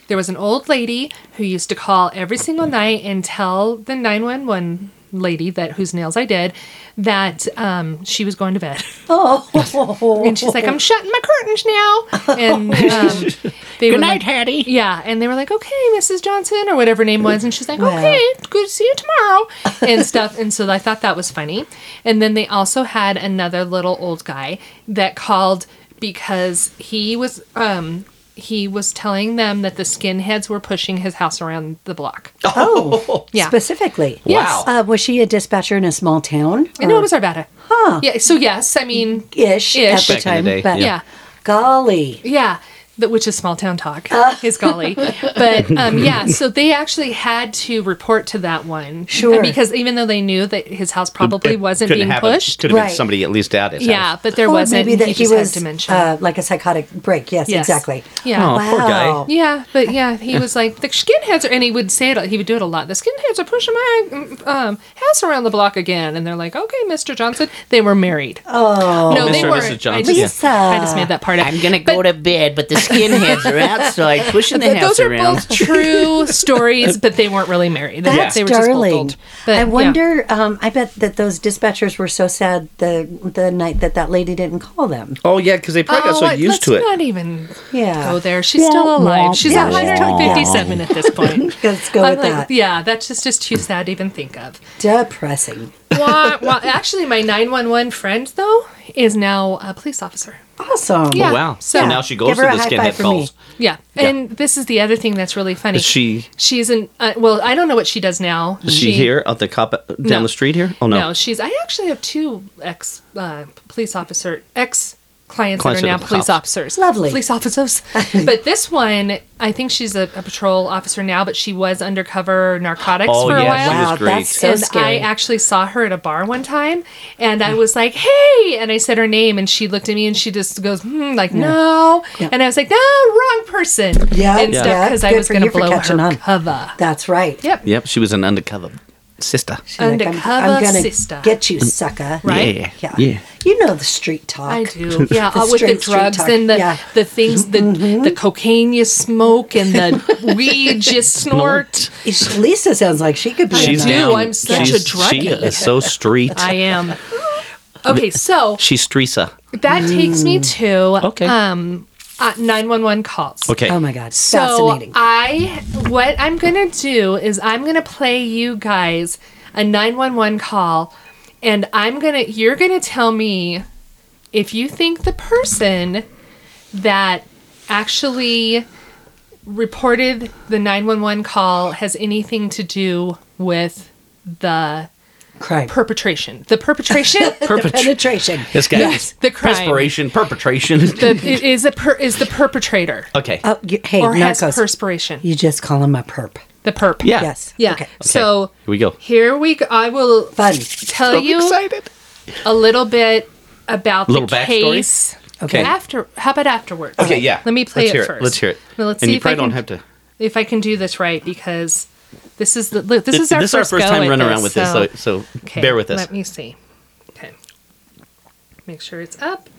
Speaker 5: there was an old lady who used to call every single night and tell the 911 lady that whose nails I did that um, she was going to bed. [LAUGHS]
Speaker 3: Oh,
Speaker 5: And she's like, I'm shutting my curtains now. And um, they good
Speaker 4: night, Hattie.
Speaker 5: Yeah, and they were like, okay, Mrs. Johnson or whatever her name was, and she's like,
Speaker 3: Wow.
Speaker 5: okay, good to see you tomorrow and stuff. And so I thought that was funny. And then they also had another little old guy that called because he was um he was telling them that the skinheads were pushing his house around the block.
Speaker 3: oh,
Speaker 5: Yeah.
Speaker 3: specifically.
Speaker 5: Yes.
Speaker 3: Uh, was she a dispatcher in a small town?
Speaker 5: I know
Speaker 3: Or-
Speaker 5: it was Arvada. Huh. Yeah. So yes, I mean
Speaker 3: ish,
Speaker 5: Ish.
Speaker 3: at
Speaker 5: Back
Speaker 3: the
Speaker 5: in
Speaker 3: time.
Speaker 6: the day,
Speaker 3: But
Speaker 5: yeah.
Speaker 3: golly,
Speaker 5: Yeah, that which is small town talk
Speaker 3: Uh.
Speaker 5: [LAUGHS] is golly, but
Speaker 3: [LAUGHS]
Speaker 5: um, yeah. So they actually had to report to that one,
Speaker 3: Sure.
Speaker 5: because even though they knew that his house probably wasn't
Speaker 6: Couldn't
Speaker 5: being
Speaker 6: happen.
Speaker 5: pushed,
Speaker 6: Could have
Speaker 3: Right.
Speaker 6: been somebody at least out. at his
Speaker 5: yeah,
Speaker 6: house.
Speaker 5: but there
Speaker 3: Or
Speaker 5: wasn't.
Speaker 3: maybe that he,
Speaker 5: just had
Speaker 3: was
Speaker 5: dementia.
Speaker 3: uh, like a psychotic break. Yes,
Speaker 5: Yes.
Speaker 3: exactly.
Speaker 5: Yeah.
Speaker 6: Oh, poor guy.
Speaker 3: Wow.
Speaker 5: Yeah, but yeah,
Speaker 3: [LAUGHS]
Speaker 5: he was like the skinheads are, and he would say it. He would do it a lot. The skinheads are pushing my mm, um, house around the block again, and they're like, "Okay, Mr. Johnson." They were married. Oh, no,
Speaker 6: Mr.
Speaker 5: they
Speaker 6: and
Speaker 5: weren't.
Speaker 6: Mrs.
Speaker 5: I
Speaker 6: Johnson.
Speaker 5: just,
Speaker 3: Lisa.
Speaker 5: I just made that part up.
Speaker 4: I'm gonna go to bed, but the skinheads are outside pushing the
Speaker 5: But
Speaker 4: house
Speaker 5: those are
Speaker 4: around.
Speaker 5: both
Speaker 6: [LAUGHS]
Speaker 5: true stories, but they weren't really married. They-
Speaker 3: That's
Speaker 5: they were
Speaker 3: darling.
Speaker 5: just old. But,
Speaker 3: I
Speaker 5: yeah.
Speaker 3: wonder. Um, I bet that those dispatchers were so sad the the night that that lady didn't call them.
Speaker 6: Oh yeah, because they probably got so
Speaker 5: let-
Speaker 6: used to
Speaker 5: let's
Speaker 6: it.
Speaker 5: Not even
Speaker 3: Yeah.
Speaker 5: go there. She's still alive. She's
Speaker 3: Yeah, she's totally-
Speaker 5: 157 at this point.
Speaker 3: Let's [LAUGHS] go
Speaker 5: I'm
Speaker 3: with
Speaker 5: like,
Speaker 3: that.
Speaker 5: yeah, that's just, just too sad to even think of.
Speaker 3: Depressing.
Speaker 5: Wah, wah. Actually, my 911 friend though is now a police officer.
Speaker 3: Awesome.
Speaker 5: Yeah.
Speaker 6: Oh, wow. So
Speaker 5: Yeah.
Speaker 6: now she
Speaker 3: Give
Speaker 6: goes to
Speaker 3: her
Speaker 6: the
Speaker 3: a high five
Speaker 6: skinhead
Speaker 3: for me.
Speaker 6: calls.
Speaker 5: Yeah, and this is the other thing that's really funny.
Speaker 6: Is she-
Speaker 5: She's an uh, well. I don't know what she does now.
Speaker 6: Is she, here at the cop uh, down
Speaker 5: No.
Speaker 6: the street here? Oh no.
Speaker 5: No, she's. I actually have two ex uh, police officer ex clients that
Speaker 6: Clients
Speaker 5: are now
Speaker 6: that are
Speaker 5: police
Speaker 6: cops.
Speaker 5: officers.
Speaker 3: Lovely.
Speaker 5: police
Speaker 3: [LAUGHS]
Speaker 5: officers. but this one, I think she's a, a patrol officer now, but she was undercover narcotics
Speaker 6: Oh,
Speaker 5: for a
Speaker 6: yeah,
Speaker 5: while.
Speaker 6: she was
Speaker 3: Wow,
Speaker 6: great.
Speaker 3: that's so
Speaker 5: and I
Speaker 3: scary.
Speaker 5: actually saw her at a bar one time, and I was like, "Hey!" and I said her name, and she looked at me, and she just goes, hmm, "Like no," and I was like, "No, wrong person."
Speaker 3: Yeah,
Speaker 5: and
Speaker 3: yeah.
Speaker 5: stuff because I
Speaker 3: Good
Speaker 5: was
Speaker 3: for
Speaker 5: going to
Speaker 3: you for
Speaker 5: blow
Speaker 3: catching
Speaker 5: her
Speaker 3: on.
Speaker 5: cover.
Speaker 3: That's right.
Speaker 5: Yep.
Speaker 6: Yep, she was an undercover sister.
Speaker 3: She's like, I'm-
Speaker 5: Undercover
Speaker 3: I'm, gonna
Speaker 5: sister. Mm.
Speaker 3: Get you, sucker.
Speaker 5: Right?
Speaker 6: Yeah.
Speaker 3: Yeah.
Speaker 6: Yeah.
Speaker 3: You know the street talk. [LAUGHS]
Speaker 6: [LAUGHS]
Speaker 5: I do. Yeah,
Speaker 3: The
Speaker 5: uh, with the
Speaker 3: straight street
Speaker 5: drugs
Speaker 3: talk,
Speaker 5: and the,
Speaker 3: yeah. Mm-hmm.
Speaker 5: the things, the the cocaine you smoke
Speaker 3: [LAUGHS]
Speaker 5: and the weed you snort.
Speaker 3: Is- Lisa sounds like she could be.
Speaker 6: She's
Speaker 3: in that.
Speaker 5: do.
Speaker 6: down.
Speaker 5: I'm such a
Speaker 6: she's, She
Speaker 5: druggie.
Speaker 6: is so street.
Speaker 5: I am. Okay, so
Speaker 6: she's Streesa.
Speaker 5: that takes me to
Speaker 6: Okay.
Speaker 5: um, uh, 911 calls.
Speaker 6: Okay.
Speaker 3: Oh my God.
Speaker 5: So uh,
Speaker 3: Fascinating.
Speaker 5: I, what I'm gonna do is I'm gonna play you guys a 911 call, and I'm gonna, you're gonna tell me if you think the person that actually reported the 911 call has anything to do with the
Speaker 3: Crime.
Speaker 5: perpetration.
Speaker 3: [LAUGHS]
Speaker 5: The perpetration.
Speaker 6: Perpetra-
Speaker 3: Penetration.
Speaker 6: this guy.
Speaker 5: Yes,
Speaker 6: is
Speaker 5: the crime.
Speaker 6: Perspiration. Perpetration.
Speaker 5: the, Uh, is a per, is the perpetrator
Speaker 6: [LAUGHS] okay.
Speaker 3: Oh, you, hey,
Speaker 5: or has
Speaker 3: narcos.
Speaker 5: perspiration.
Speaker 3: you just call him a perp.
Speaker 5: The perp.
Speaker 6: yeah.
Speaker 3: Yes.
Speaker 5: Yeah.
Speaker 3: Okay.
Speaker 5: So
Speaker 6: Here we go.
Speaker 5: Here we go. I will
Speaker 3: Fun.
Speaker 5: tell you a little bit about
Speaker 6: Little
Speaker 5: the
Speaker 6: backstory?
Speaker 5: case.
Speaker 6: Okay.
Speaker 5: After, how about afterwards?
Speaker 6: Okay, yeah.
Speaker 5: Let me play
Speaker 6: Let's
Speaker 5: it
Speaker 6: hear it.
Speaker 5: first.
Speaker 6: Let's hear it.
Speaker 5: Now, let's
Speaker 6: And
Speaker 5: see
Speaker 6: you
Speaker 5: if I
Speaker 6: probably
Speaker 5: can,
Speaker 6: don't have to-
Speaker 5: if I can do this right because this is the look, this is
Speaker 6: This,
Speaker 5: our
Speaker 6: this is our
Speaker 5: first,
Speaker 6: first
Speaker 5: go
Speaker 6: time
Speaker 5: at
Speaker 6: running around with this, so, so
Speaker 5: okay,
Speaker 6: bear with us.
Speaker 5: Let me see. Okay. Make sure it's up.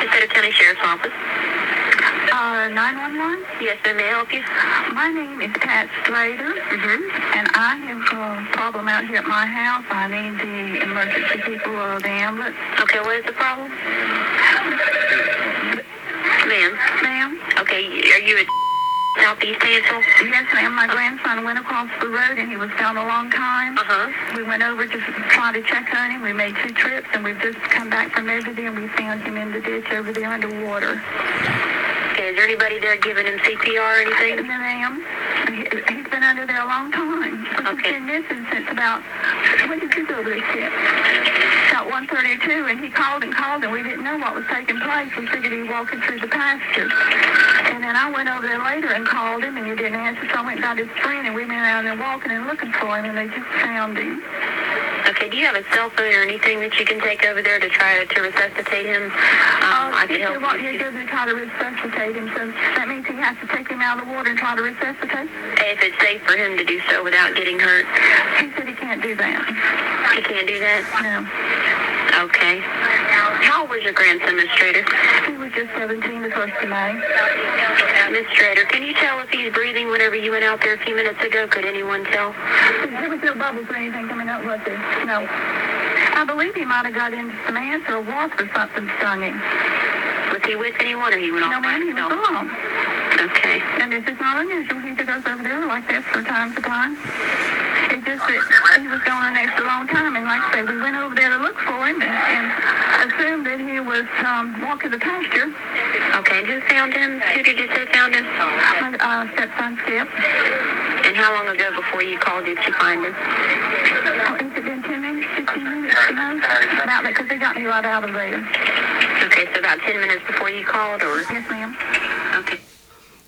Speaker 8: Dakota County Sheriff's Office. Uh, 911? Yes, sir. May I help you? Mm-hmm. My name is Pat Slater, and I have a problem out here at my house. I need the emergency people or the ambulance. Okay, what is the problem? Ma'am. Ma'am? Okay, are you at Southeast Hazel? Yes, ma'am. My grandson went across the road and he was down a long time. Uh-huh. We went over to try to check on him. We made two trips and we've just come back from over there and we found him in the ditch over there underwater.
Speaker 9: Okay, is there anybody there giving him CPR or
Speaker 8: And
Speaker 9: anything?
Speaker 8: then, um, he- he's been under there a long time. This has
Speaker 9: Okay.
Speaker 8: been missing since about when did you go over there, Chip? About 1.32, and he called and called, and we didn't know what was taking place. We figured he was walking through the pasture. And then I went over there later and called him, and he didn't answer, so I went and got his friend, and we went around there walking and looking for him, and they just found him.
Speaker 9: Okay, do you have a cell phone or anything that you can take over there to try to, to resuscitate him? Um, I
Speaker 8: he
Speaker 9: can
Speaker 8: said,
Speaker 9: help
Speaker 8: what
Speaker 9: you.
Speaker 8: he does is try to resuscitate him, so that means he has to take him out of the water and try to resuscitate?
Speaker 9: If it's safe for him to do so without getting hurt,
Speaker 8: He said he can't do that.
Speaker 9: he can't do that?
Speaker 8: No.
Speaker 9: Okay. How old was your grandson, Miss Trader?
Speaker 8: He was just 17 the first of May.
Speaker 9: Miss Trader, can you tell if he's breathing whenever you went out there a few minutes ago? Could anyone tell?
Speaker 8: There was no bubbles or anything coming up, was there? No. I believe he might have got into some ants or a wasp or something stung him.
Speaker 9: Was he with anyone or he went off
Speaker 8: No,
Speaker 9: by
Speaker 8: man, he was
Speaker 9: himself?
Speaker 8: gone.
Speaker 9: Okay.
Speaker 8: And this is not unusual. He goes over there like this from time to time. It's just that he was gone an extra long time. And like I say, we went over there to look for him and, and assumed that he was um, walking the pasture.
Speaker 9: Okay, and who found him? Who did you say found him?
Speaker 8: My uh, stepson Skip.
Speaker 9: And how long ago before you called did you find him?
Speaker 8: Oh, it's been 10 minutes, 15 minutes, you know, about that because they got me right out of there.
Speaker 9: Okay, so about 10 minutes before you called or?
Speaker 8: Yes, ma'am.
Speaker 9: Okay.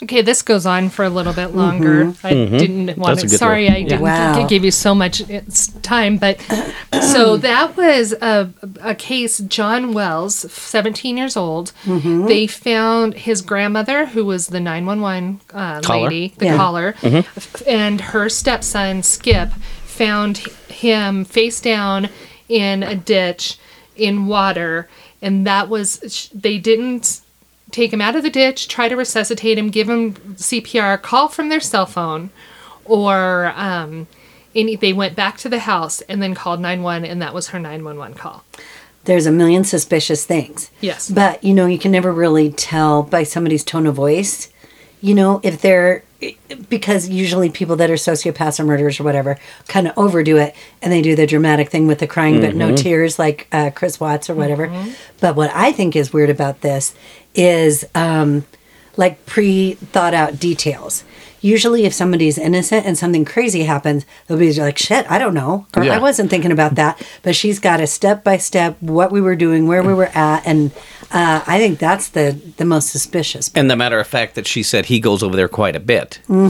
Speaker 5: Okay, this goes on for a little bit longer. I didn't want
Speaker 6: Mm-hmm. That's a
Speaker 5: to.
Speaker 6: good
Speaker 5: Sorry,
Speaker 6: one.
Speaker 5: I didn't
Speaker 3: Wow.
Speaker 5: g- give you so much it's time, but so that was a, a case. John Wells, 17 years old, they found his grandmother, who was the 911 uh,
Speaker 6: Caller.
Speaker 5: lady, the
Speaker 3: Yeah.
Speaker 5: caller, f- and her stepson Skip found h- him face down in a ditch in water, and that was sh- they didn't take him out of the ditch, try to resuscitate him, give him CPR, call from their cell phone, or um, any, they went back to the house and then called 911, and that was her 911 call.
Speaker 3: there's a million suspicious things.
Speaker 5: Yes.
Speaker 3: But, you know, you can never really tell by somebody's tone of voice, you know, if they're, because usually people that are sociopaths or murderers or whatever kind of overdo it and they do the dramatic thing with the crying but no tears, like uh, Chris Watts or whatever. But what I think is weird about this is um, like pre thought out details. Usually, if somebody's innocent and something crazy happens, they'll be like, shit, I don't know. Or
Speaker 6: Yeah.
Speaker 3: I wasn't thinking about that. But she's got a step by step what we were doing, where we were at. And uh, I think that's the, the most suspicious.
Speaker 6: And the matter of fact that she said he goes over there quite a bit. You know,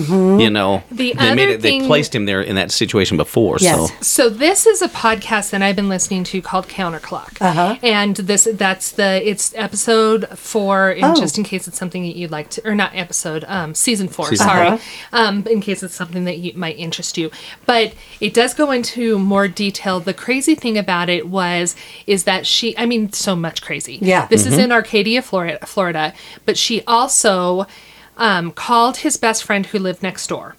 Speaker 5: Mm-hmm. The
Speaker 6: they made
Speaker 5: other
Speaker 6: it. They
Speaker 5: thing-
Speaker 6: placed him there in that situation before.
Speaker 3: Yes.
Speaker 6: So
Speaker 5: So this is a podcast that I've been listening to called Counterclock, uh-huh. and this that's the it's episode four. In
Speaker 3: Oh.
Speaker 5: just in case it's something that you'd like to, or not episode, um, season four.
Speaker 6: Season
Speaker 5: sorry,
Speaker 6: four.
Speaker 5: um, in case it's something that you, might interest you. But it does go into more detail. The crazy thing about it was is that she, I mean, so much crazy.
Speaker 3: Yeah.
Speaker 5: this is in Arcadia, Florida, Florida, but she also. Um, called his best friend who lived next door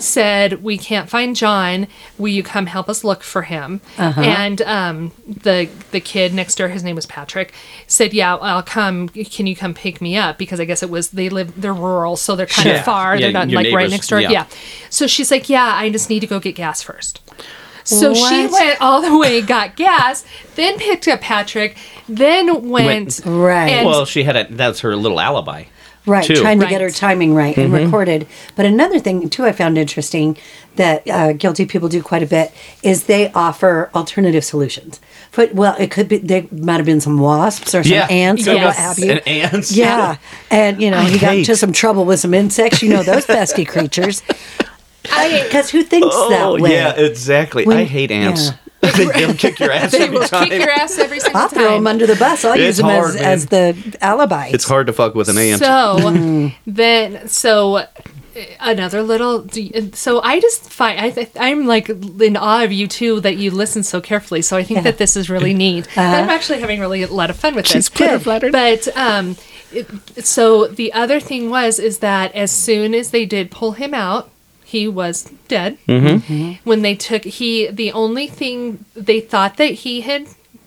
Speaker 5: said, "We can't find John. Will you come help us look for him?" And um, the the kid next door, his name was Patrick, said, "Yeah, I'll come. Can you come pick me up?" Because I guess it was they live they're rural, so they're kind
Speaker 6: Yeah.
Speaker 5: of far.
Speaker 6: Yeah,
Speaker 5: they're not
Speaker 6: your
Speaker 5: like right
Speaker 6: neighbors,
Speaker 5: next door.
Speaker 6: yeah.
Speaker 5: yeah. So she's like, "Yeah, I just need to go get gas first. So she
Speaker 3: What?
Speaker 5: went all the way, got gas, then picked up Patrick, then went,
Speaker 3: Right.
Speaker 5: and-
Speaker 6: well, she had a. That's her little alibi.
Speaker 3: Right,
Speaker 6: too.
Speaker 3: trying to get
Speaker 5: Right.
Speaker 3: her timing right and
Speaker 6: Mm-hmm.
Speaker 3: recorded. But another thing too, I found interesting that uh, guilty people do quite a bit is they offer alternative solutions. But well, it could be there might have been some wasps or some ants or what
Speaker 5: Yes.
Speaker 3: have you.
Speaker 6: And ants.
Speaker 3: yeah, and you know he got into
Speaker 6: hate-
Speaker 3: some trouble with some insects. You know those pesky [LAUGHS] creatures.
Speaker 6: [LAUGHS]
Speaker 3: Because who thinks
Speaker 6: Oh
Speaker 3: that way?
Speaker 6: yeah, exactly. I
Speaker 3: When-
Speaker 6: hate ants. [LAUGHS] they will kick your ass
Speaker 5: they
Speaker 6: every
Speaker 5: will
Speaker 6: time.
Speaker 5: kick your ass every single
Speaker 3: I'll
Speaker 5: time.
Speaker 3: throw them under the bus. I'll use
Speaker 6: It's
Speaker 3: them
Speaker 6: hard,
Speaker 3: as,
Speaker 6: man.
Speaker 3: as the alibi.
Speaker 6: It's hard to fuck with an ant.
Speaker 5: So then, so uh, another little. do you- So I just find I, th- I'm like in awe of you too that you listen so carefully. So I think that this is really neat. I'm actually having really a lot of fun with this.
Speaker 3: pretty Good.
Speaker 5: flattered. But um, it, so the other thing was is that as soon as they did pull him out. He was dead.
Speaker 6: Mm-hmm.
Speaker 5: When they took he, the only thing they thought that he had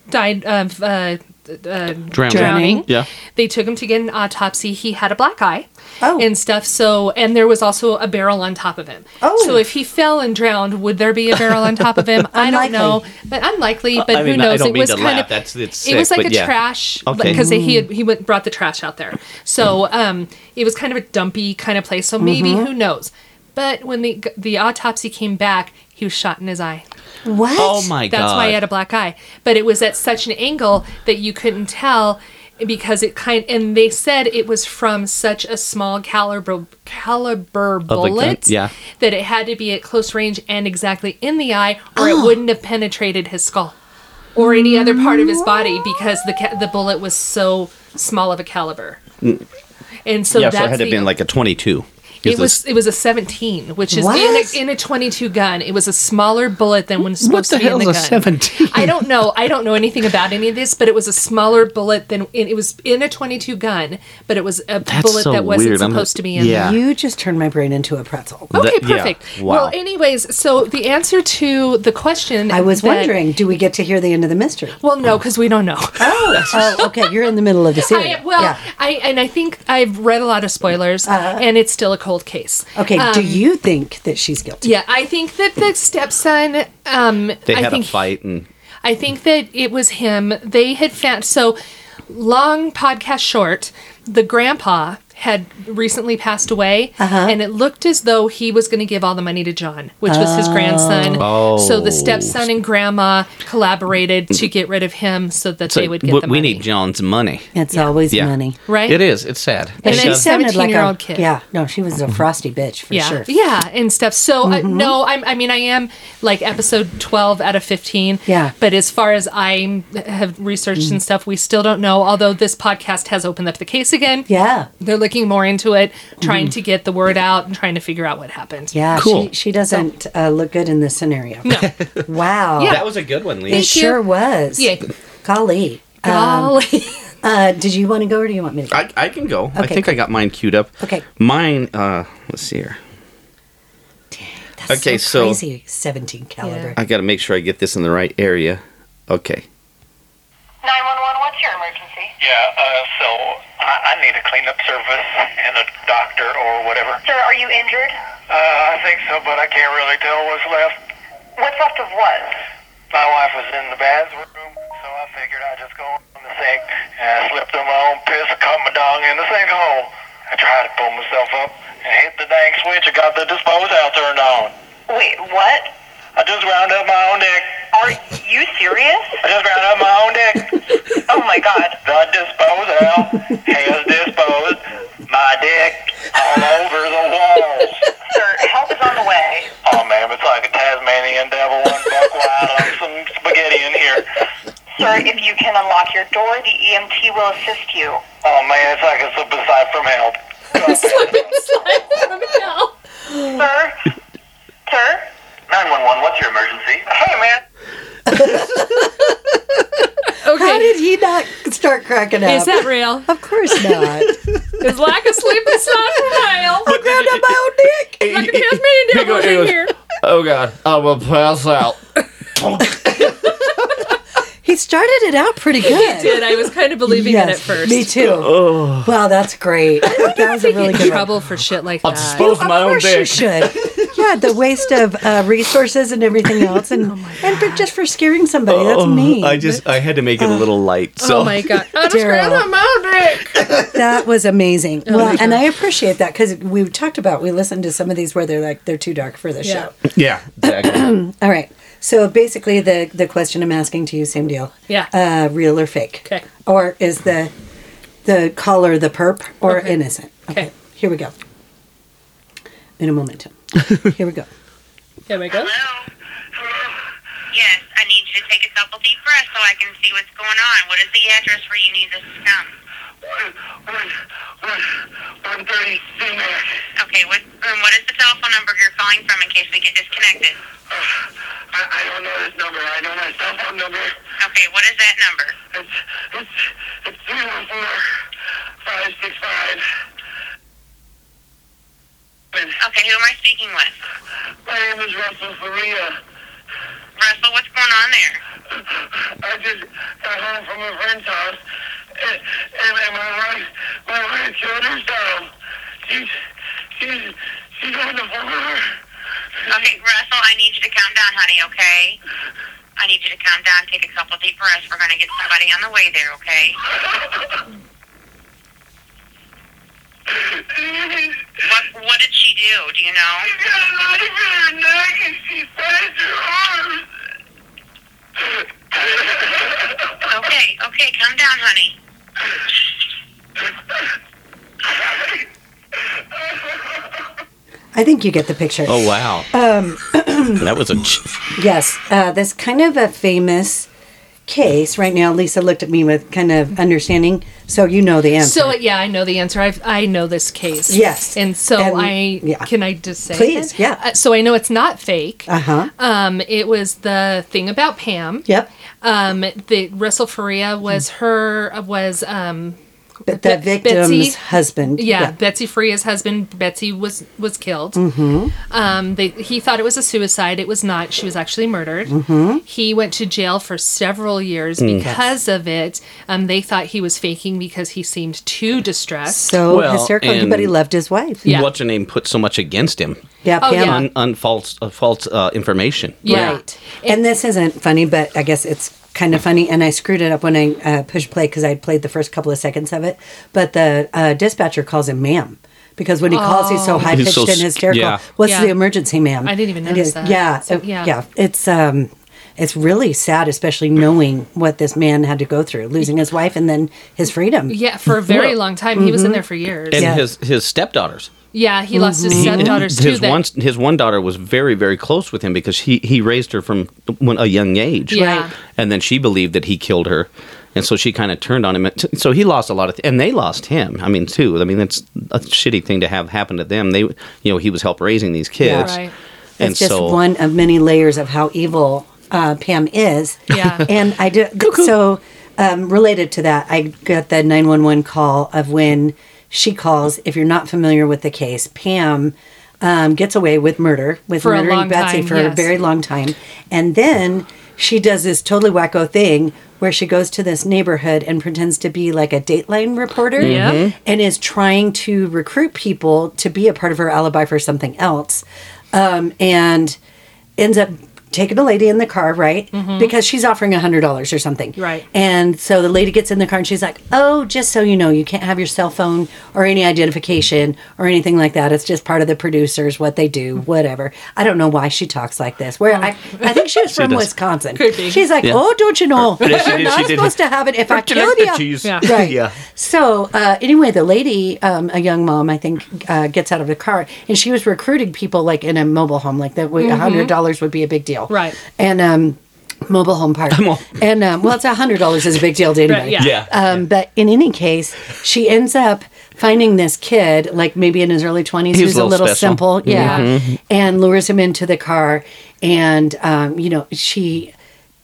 Speaker 5: died of uh, uh,
Speaker 6: Drowning.
Speaker 5: drowning.
Speaker 6: Yeah.
Speaker 5: They took him to get an autopsy. He had a black eye
Speaker 3: Oh.
Speaker 5: and stuff. So, and there was also a barrel on top of him.
Speaker 3: Oh.
Speaker 5: So if he fell and drowned, would there be a barrel on top
Speaker 3: [LAUGHS]
Speaker 5: of him? I don't
Speaker 3: Unlikely.
Speaker 5: know. But unlikely, but
Speaker 6: I mean,
Speaker 5: who knows?
Speaker 6: I don't
Speaker 5: it
Speaker 6: mean
Speaker 5: was
Speaker 6: to
Speaker 5: kind
Speaker 6: laugh.
Speaker 5: of,
Speaker 6: That's it's.
Speaker 5: it was
Speaker 6: sick,
Speaker 5: like a
Speaker 6: but yeah.
Speaker 5: trash
Speaker 6: Okay. Mm-hmm.
Speaker 5: because he
Speaker 3: Mm.
Speaker 5: had, he went
Speaker 3: Mm-hmm.
Speaker 5: brought the trash out there. So um, it was kind of a dumpy kind of place. So maybe who knows? But when the the autopsy came back, he was shot in his eye.
Speaker 3: What?
Speaker 6: Oh my god.
Speaker 5: That's why he had a black eye. But it was at such an angle that you couldn't tell because it kind and they said it was from such a small caliber caliber
Speaker 6: gun,
Speaker 5: bullet
Speaker 6: yeah.
Speaker 5: that it had to be at close range and exactly in the eye or
Speaker 6: Oh.
Speaker 5: it wouldn't have penetrated his skull or any other part of his body because the ca- the bullet was so small of a caliber. And so
Speaker 6: Mm. yeah,
Speaker 5: that's
Speaker 6: so it had to have
Speaker 5: the-
Speaker 6: been like a 22.
Speaker 5: it was it was a 17, which is
Speaker 3: What?
Speaker 5: in a, in a 22 gun. It was a smaller bullet than when supposed
Speaker 6: what the
Speaker 5: to be in
Speaker 6: hell
Speaker 5: the
Speaker 6: is
Speaker 5: gun.
Speaker 6: a 17?
Speaker 5: I don't know. I don't know anything about any of this, but it was a smaller bullet than and it was in a 22 gun, but it was a bullet
Speaker 6: so
Speaker 5: that wasn't
Speaker 6: weird. I'm
Speaker 5: supposed
Speaker 6: not-
Speaker 5: to be in.
Speaker 6: yeah.
Speaker 3: You just turned my brain into a pretzel.
Speaker 5: there. Okay,
Speaker 6: That- yeah.
Speaker 5: perfect.
Speaker 6: Wow.
Speaker 5: Well, anyways, so the answer to the question
Speaker 3: I was
Speaker 5: that-
Speaker 3: wondering, do we get to hear the end of the mystery?
Speaker 5: Well, no, because we don't know.
Speaker 3: oh, okay. You're in the middle of the series.
Speaker 5: [LAUGHS] I, well, I and I think I've read a lot of spoilers,
Speaker 6: Uh-huh.
Speaker 5: and it's still a cold case.
Speaker 3: okay. do
Speaker 5: um,
Speaker 3: you think that she's guilty?
Speaker 5: Yeah, I think that the stepson. Um,
Speaker 6: They
Speaker 5: I
Speaker 6: had
Speaker 5: think
Speaker 6: a fight and
Speaker 5: I think that it was him. They had found so long podcast short. The grandpa had recently passed away,
Speaker 3: Uh-huh.
Speaker 5: and it looked as though he was going to give all the money to John, which was his grandson.
Speaker 6: Oh.
Speaker 5: So the stepson and grandma collaborated to get rid of him so that
Speaker 6: so
Speaker 5: they would get
Speaker 6: we,
Speaker 5: the
Speaker 6: we
Speaker 5: money.
Speaker 6: need John's money.
Speaker 3: It's always
Speaker 6: Yeah.
Speaker 3: money.
Speaker 5: right?
Speaker 6: It is. It's sad.
Speaker 5: And
Speaker 6: It's
Speaker 5: then
Speaker 6: sad.
Speaker 5: he
Speaker 3: old
Speaker 5: 17-year-old kid.
Speaker 3: Yeah. No, she was a frosty bitch for
Speaker 5: yeah,
Speaker 3: sure. Mm-hmm.
Speaker 5: yeah, and stuff. So uh, no, I'm, I mean, I am like episode twelve out of fifteen.
Speaker 3: Yeah. Mm.
Speaker 5: but as far as I have researched and stuff, we still don't know. Although this podcast has opened up the case again.
Speaker 3: Yeah.
Speaker 5: they're looking more into it, trying to get the word out and trying to figure out what happened.
Speaker 3: Mm-hmm. Yeah.
Speaker 6: Cool.
Speaker 3: She, she doesn't uh, look good in this scenario. No. [LAUGHS] wow.
Speaker 6: that was a good one, Lee.
Speaker 3: It
Speaker 5: you.
Speaker 3: sure was.
Speaker 5: Yeah.
Speaker 3: Golly.
Speaker 5: Golly.
Speaker 3: Uh, did you want to go or do you want me to go?
Speaker 6: I, I can go. I
Speaker 3: Okay,
Speaker 6: think I got mine queued up.
Speaker 3: Okay.
Speaker 6: Mine, uh, let's see here.
Speaker 3: That's
Speaker 6: okay, so-
Speaker 3: crazy 17 caliber.
Speaker 6: I got to make sure I get this in the right area. Okay.
Speaker 9: 911, what's your emergency?
Speaker 10: Yeah, uh, so I, I need a cleanup service and a doctor or whatever.
Speaker 9: Sir, are you injured?
Speaker 10: Uh, I think so, but I can't really tell what's left.
Speaker 9: What's left of what?
Speaker 10: My wife was in the bathroom, so I figured I'd just go in the sink and I slipped in my own piss, cut my dong in the sinkhole. I tried to pull myself up and hit the dang switch. I got the dispose out turned on.
Speaker 9: Wait, what?
Speaker 10: I just ground up my own dick.
Speaker 9: Are you serious?
Speaker 10: I just ground up my own dick.
Speaker 9: Oh my god.
Speaker 10: The dispose out has disposed my dick all over the walls.
Speaker 9: Sir, help is on the way.
Speaker 10: Oh, ma'am, it's like a Tasmanian devil one buck wild on some spaghetti in here.
Speaker 9: Sir, if you can unlock your door, the EMT will assist you.
Speaker 10: Oh, man, it's like a slip aside from help.
Speaker 9: Sir? Sir?
Speaker 10: 911, what's your emergency? Hey, man.
Speaker 3: [LAUGHS] How did he not start cracking up?
Speaker 5: Is that real?
Speaker 3: of course
Speaker 5: [LAUGHS]
Speaker 3: not.
Speaker 5: Is lack of sleep is not
Speaker 3: [LAUGHS]
Speaker 5: denial?
Speaker 3: Ground up my own dick.
Speaker 5: Like a Tasmanian devil
Speaker 6: Because it
Speaker 5: in
Speaker 6: was-
Speaker 5: here.
Speaker 6: Oh, God. I'm going to pass out.
Speaker 3: He started it out pretty good.
Speaker 5: Did I was kind of believing it at first.
Speaker 3: Me too.
Speaker 6: Oh.
Speaker 3: Wow, that's great. That was a really
Speaker 5: Get
Speaker 3: good
Speaker 5: in
Speaker 3: one.
Speaker 5: trouble for shit like that.
Speaker 3: Of course you should. Yeah, the waste of uh, resources and everything else,
Speaker 5: [LAUGHS] Oh
Speaker 3: and and for, just for scaring somebody. That's mean.
Speaker 6: Oh, I just, I had to make it a little light. So
Speaker 5: Oh
Speaker 3: [LAUGHS]
Speaker 5: my god! I just
Speaker 3: Daryl.
Speaker 5: grabbed my
Speaker 3: [LAUGHS]
Speaker 5: mouth dick.
Speaker 3: that was amazing.
Speaker 5: Oh,
Speaker 3: well, and I appreciate that because we talked about we listened to some of these where they're like they're too dark for the
Speaker 5: Yeah.
Speaker 3: show.
Speaker 6: Yeah. [LAUGHS] Exactly.
Speaker 3: All right. So basically, the the question I'm asking to you, same deal.
Speaker 5: Yeah.
Speaker 3: Uh, real or fake?
Speaker 5: Okay.
Speaker 3: Or is the the caller the perp or
Speaker 5: Okay.
Speaker 3: innocent?
Speaker 5: Okay.
Speaker 3: Here we go. In a moment. [LAUGHS] Here we go.
Speaker 5: Here we go.
Speaker 9: Hello? Yes, I need you to take a couple deep breaths so I can see what's going on. What is the address where you need us to come?
Speaker 10: 1, 1, 1, 130 female.
Speaker 9: Okay, what, um, what is the telephone number you're calling from in case we get disconnected?
Speaker 10: Oh, I, I don't know this number. I know my cell phone number.
Speaker 9: Okay, what is that number?
Speaker 10: It's, it's, it's 314 565.
Speaker 9: Okay, who am I speaking with?
Speaker 10: My name is Russell Faria.
Speaker 9: Russell, what's going on there?
Speaker 10: I just got home from a friend's house, and, and and my wife, my wife killed herself. She's, she's, she's on the floor.
Speaker 9: Okay, Russell, I need you to calm down, honey, okay? I need you to calm down, take a couple deep breaths. We're going to get somebody on the way there,
Speaker 10: [LAUGHS]
Speaker 9: okay? What What did she do? Do you know? Okay, okay, calm down, honey.
Speaker 3: I think you get the picture.
Speaker 4: Oh wow,
Speaker 5: [CLEARS THROAT]
Speaker 3: Um,
Speaker 4: that was a ch-
Speaker 3: yes, uh, that's kind of a famous case right now. Lisa looked at me with kind of understanding, so you know the answer.
Speaker 5: So yeah, I know the answer. I I know this case.
Speaker 3: Yes.
Speaker 5: and so
Speaker 3: And-
Speaker 5: I can I just say
Speaker 3: Please,
Speaker 5: it? yeah. Uh, so I know it's not fake.
Speaker 3: uh huh.
Speaker 5: Um, it was the thing about Pam.
Speaker 3: Yep.
Speaker 5: Um, the Russell Faria was her was um,
Speaker 3: But
Speaker 5: Be-
Speaker 3: the victim's
Speaker 5: Betsy-
Speaker 3: husband.
Speaker 5: yeah, Betsy Faria's husband Betsy was was killed.
Speaker 3: Mm-hmm.
Speaker 5: Um, they, he thought it was a suicide. It was not. She was actually murdered.
Speaker 3: Mhm.
Speaker 5: He went to jail for several years
Speaker 3: Mm.
Speaker 5: because of it. Um, they thought he was faking because he seemed too distressed.
Speaker 3: So
Speaker 4: Well,
Speaker 3: hysterical, but he
Speaker 4: and-
Speaker 3: loved his wife.
Speaker 4: what's her name put so much against him?
Speaker 3: Yeah, Oh, Pam. yeah.
Speaker 4: on, on false uh, false uh, information.
Speaker 3: Right. And this isn't funny, but I guess it's kind of funny. And I screwed it up when I uh, pushed play because I played the first couple of seconds of it. But the uh, dispatcher calls him ma'am because when he calls, he's so
Speaker 5: Oh.
Speaker 3: high pitched
Speaker 5: He's so
Speaker 3: and
Speaker 5: sc-
Speaker 3: hysterical.
Speaker 5: yeah.
Speaker 3: What's
Speaker 5: Yeah.
Speaker 3: the emergency, ma'am?
Speaker 5: I didn't even notice that.
Speaker 3: Yeah,
Speaker 5: So,
Speaker 3: uh,
Speaker 5: yeah.
Speaker 3: yeah. It's um, it's really sad, especially knowing what this man had to go through, losing his wife and then his freedom.
Speaker 5: Yeah, for a very
Speaker 3: Well,
Speaker 5: long time. He was in
Speaker 3: mhm.
Speaker 5: there for years.
Speaker 4: And his his stepdaughters.
Speaker 5: yeah, he lost his
Speaker 4: He-
Speaker 5: stepdaughters too.
Speaker 4: his
Speaker 5: that-
Speaker 4: one his one daughter was very very close with him because he he raised her from when, a young age.
Speaker 5: Yeah. Right.
Speaker 4: and then she believed that he killed her, and so she kind of turned on him. So he lost a lot of, th- and they lost him. I mean, too. I mean, that's a shitty thing to have happen to them. They, you know, he was help raising these kids,
Speaker 3: Right.
Speaker 4: and
Speaker 3: it's just
Speaker 4: so
Speaker 3: one of many layers of how evil uh, Pam is.
Speaker 5: Yeah.
Speaker 3: [LAUGHS] and I do so um, related to that. I got the nine one one call of when she calls. If you're not familiar with the case, Pam. Um, gets away with murder with
Speaker 5: For a long
Speaker 3: murdering Betsy
Speaker 5: time,
Speaker 3: for
Speaker 5: yes.
Speaker 3: a very long time, and then she does this totally wacko thing where she goes to this neighborhood and pretends to be like a Dateline reporter,
Speaker 5: Yeah. Mhm.
Speaker 4: Mm-hmm.
Speaker 3: and is trying to recruit people to be a part of her alibi for something else um, and ends up taking a lady in the car, right?
Speaker 5: Mhm.
Speaker 3: Because she's offering a hundred dollars or something,
Speaker 5: Right.
Speaker 3: And so the lady gets in the car and she's like, "Oh, just so you know, you can't have your cell phone or any identification or anything like that. It's just part of the producers what they
Speaker 5: [LAUGHS]
Speaker 3: do, whatever." I don't know why she talks like this. Where I, I think she was
Speaker 5: She
Speaker 3: from
Speaker 5: does.
Speaker 3: Wisconsin.
Speaker 5: Could be.
Speaker 3: She's like,
Speaker 5: Yeah.
Speaker 3: "Oh, don't you know? [LAUGHS]
Speaker 5: Yeah, she
Speaker 3: You're
Speaker 5: did-
Speaker 3: not
Speaker 5: she did.
Speaker 3: supposed to have it if I
Speaker 5: Don't you like
Speaker 3: killed
Speaker 5: the
Speaker 3: you."
Speaker 5: cheese? Yeah.
Speaker 3: Right.
Speaker 5: Yeah.
Speaker 3: So uh, anyway, the lady, um, a young mom, I think, uh, gets out of the car, and she was recruiting people like in a mobile home, like that. A
Speaker 5: Mhm.
Speaker 3: hundred dollars would be a big deal,
Speaker 5: Right.
Speaker 3: And um, mobile home park,
Speaker 5: [LAUGHS]
Speaker 3: and um, well, it's a hundred dollars is a big deal to
Speaker 5: Right,
Speaker 3: anybody.
Speaker 5: yeah. Yeah.
Speaker 3: Um, But in any case, she ends up finding this kid, like maybe in his early twenties,
Speaker 5: He
Speaker 3: who's
Speaker 5: was
Speaker 3: a
Speaker 5: a little
Speaker 3: little
Speaker 5: special.
Speaker 3: simple, yeah,
Speaker 5: Mhm.
Speaker 3: and lures him into the car, and um, you know she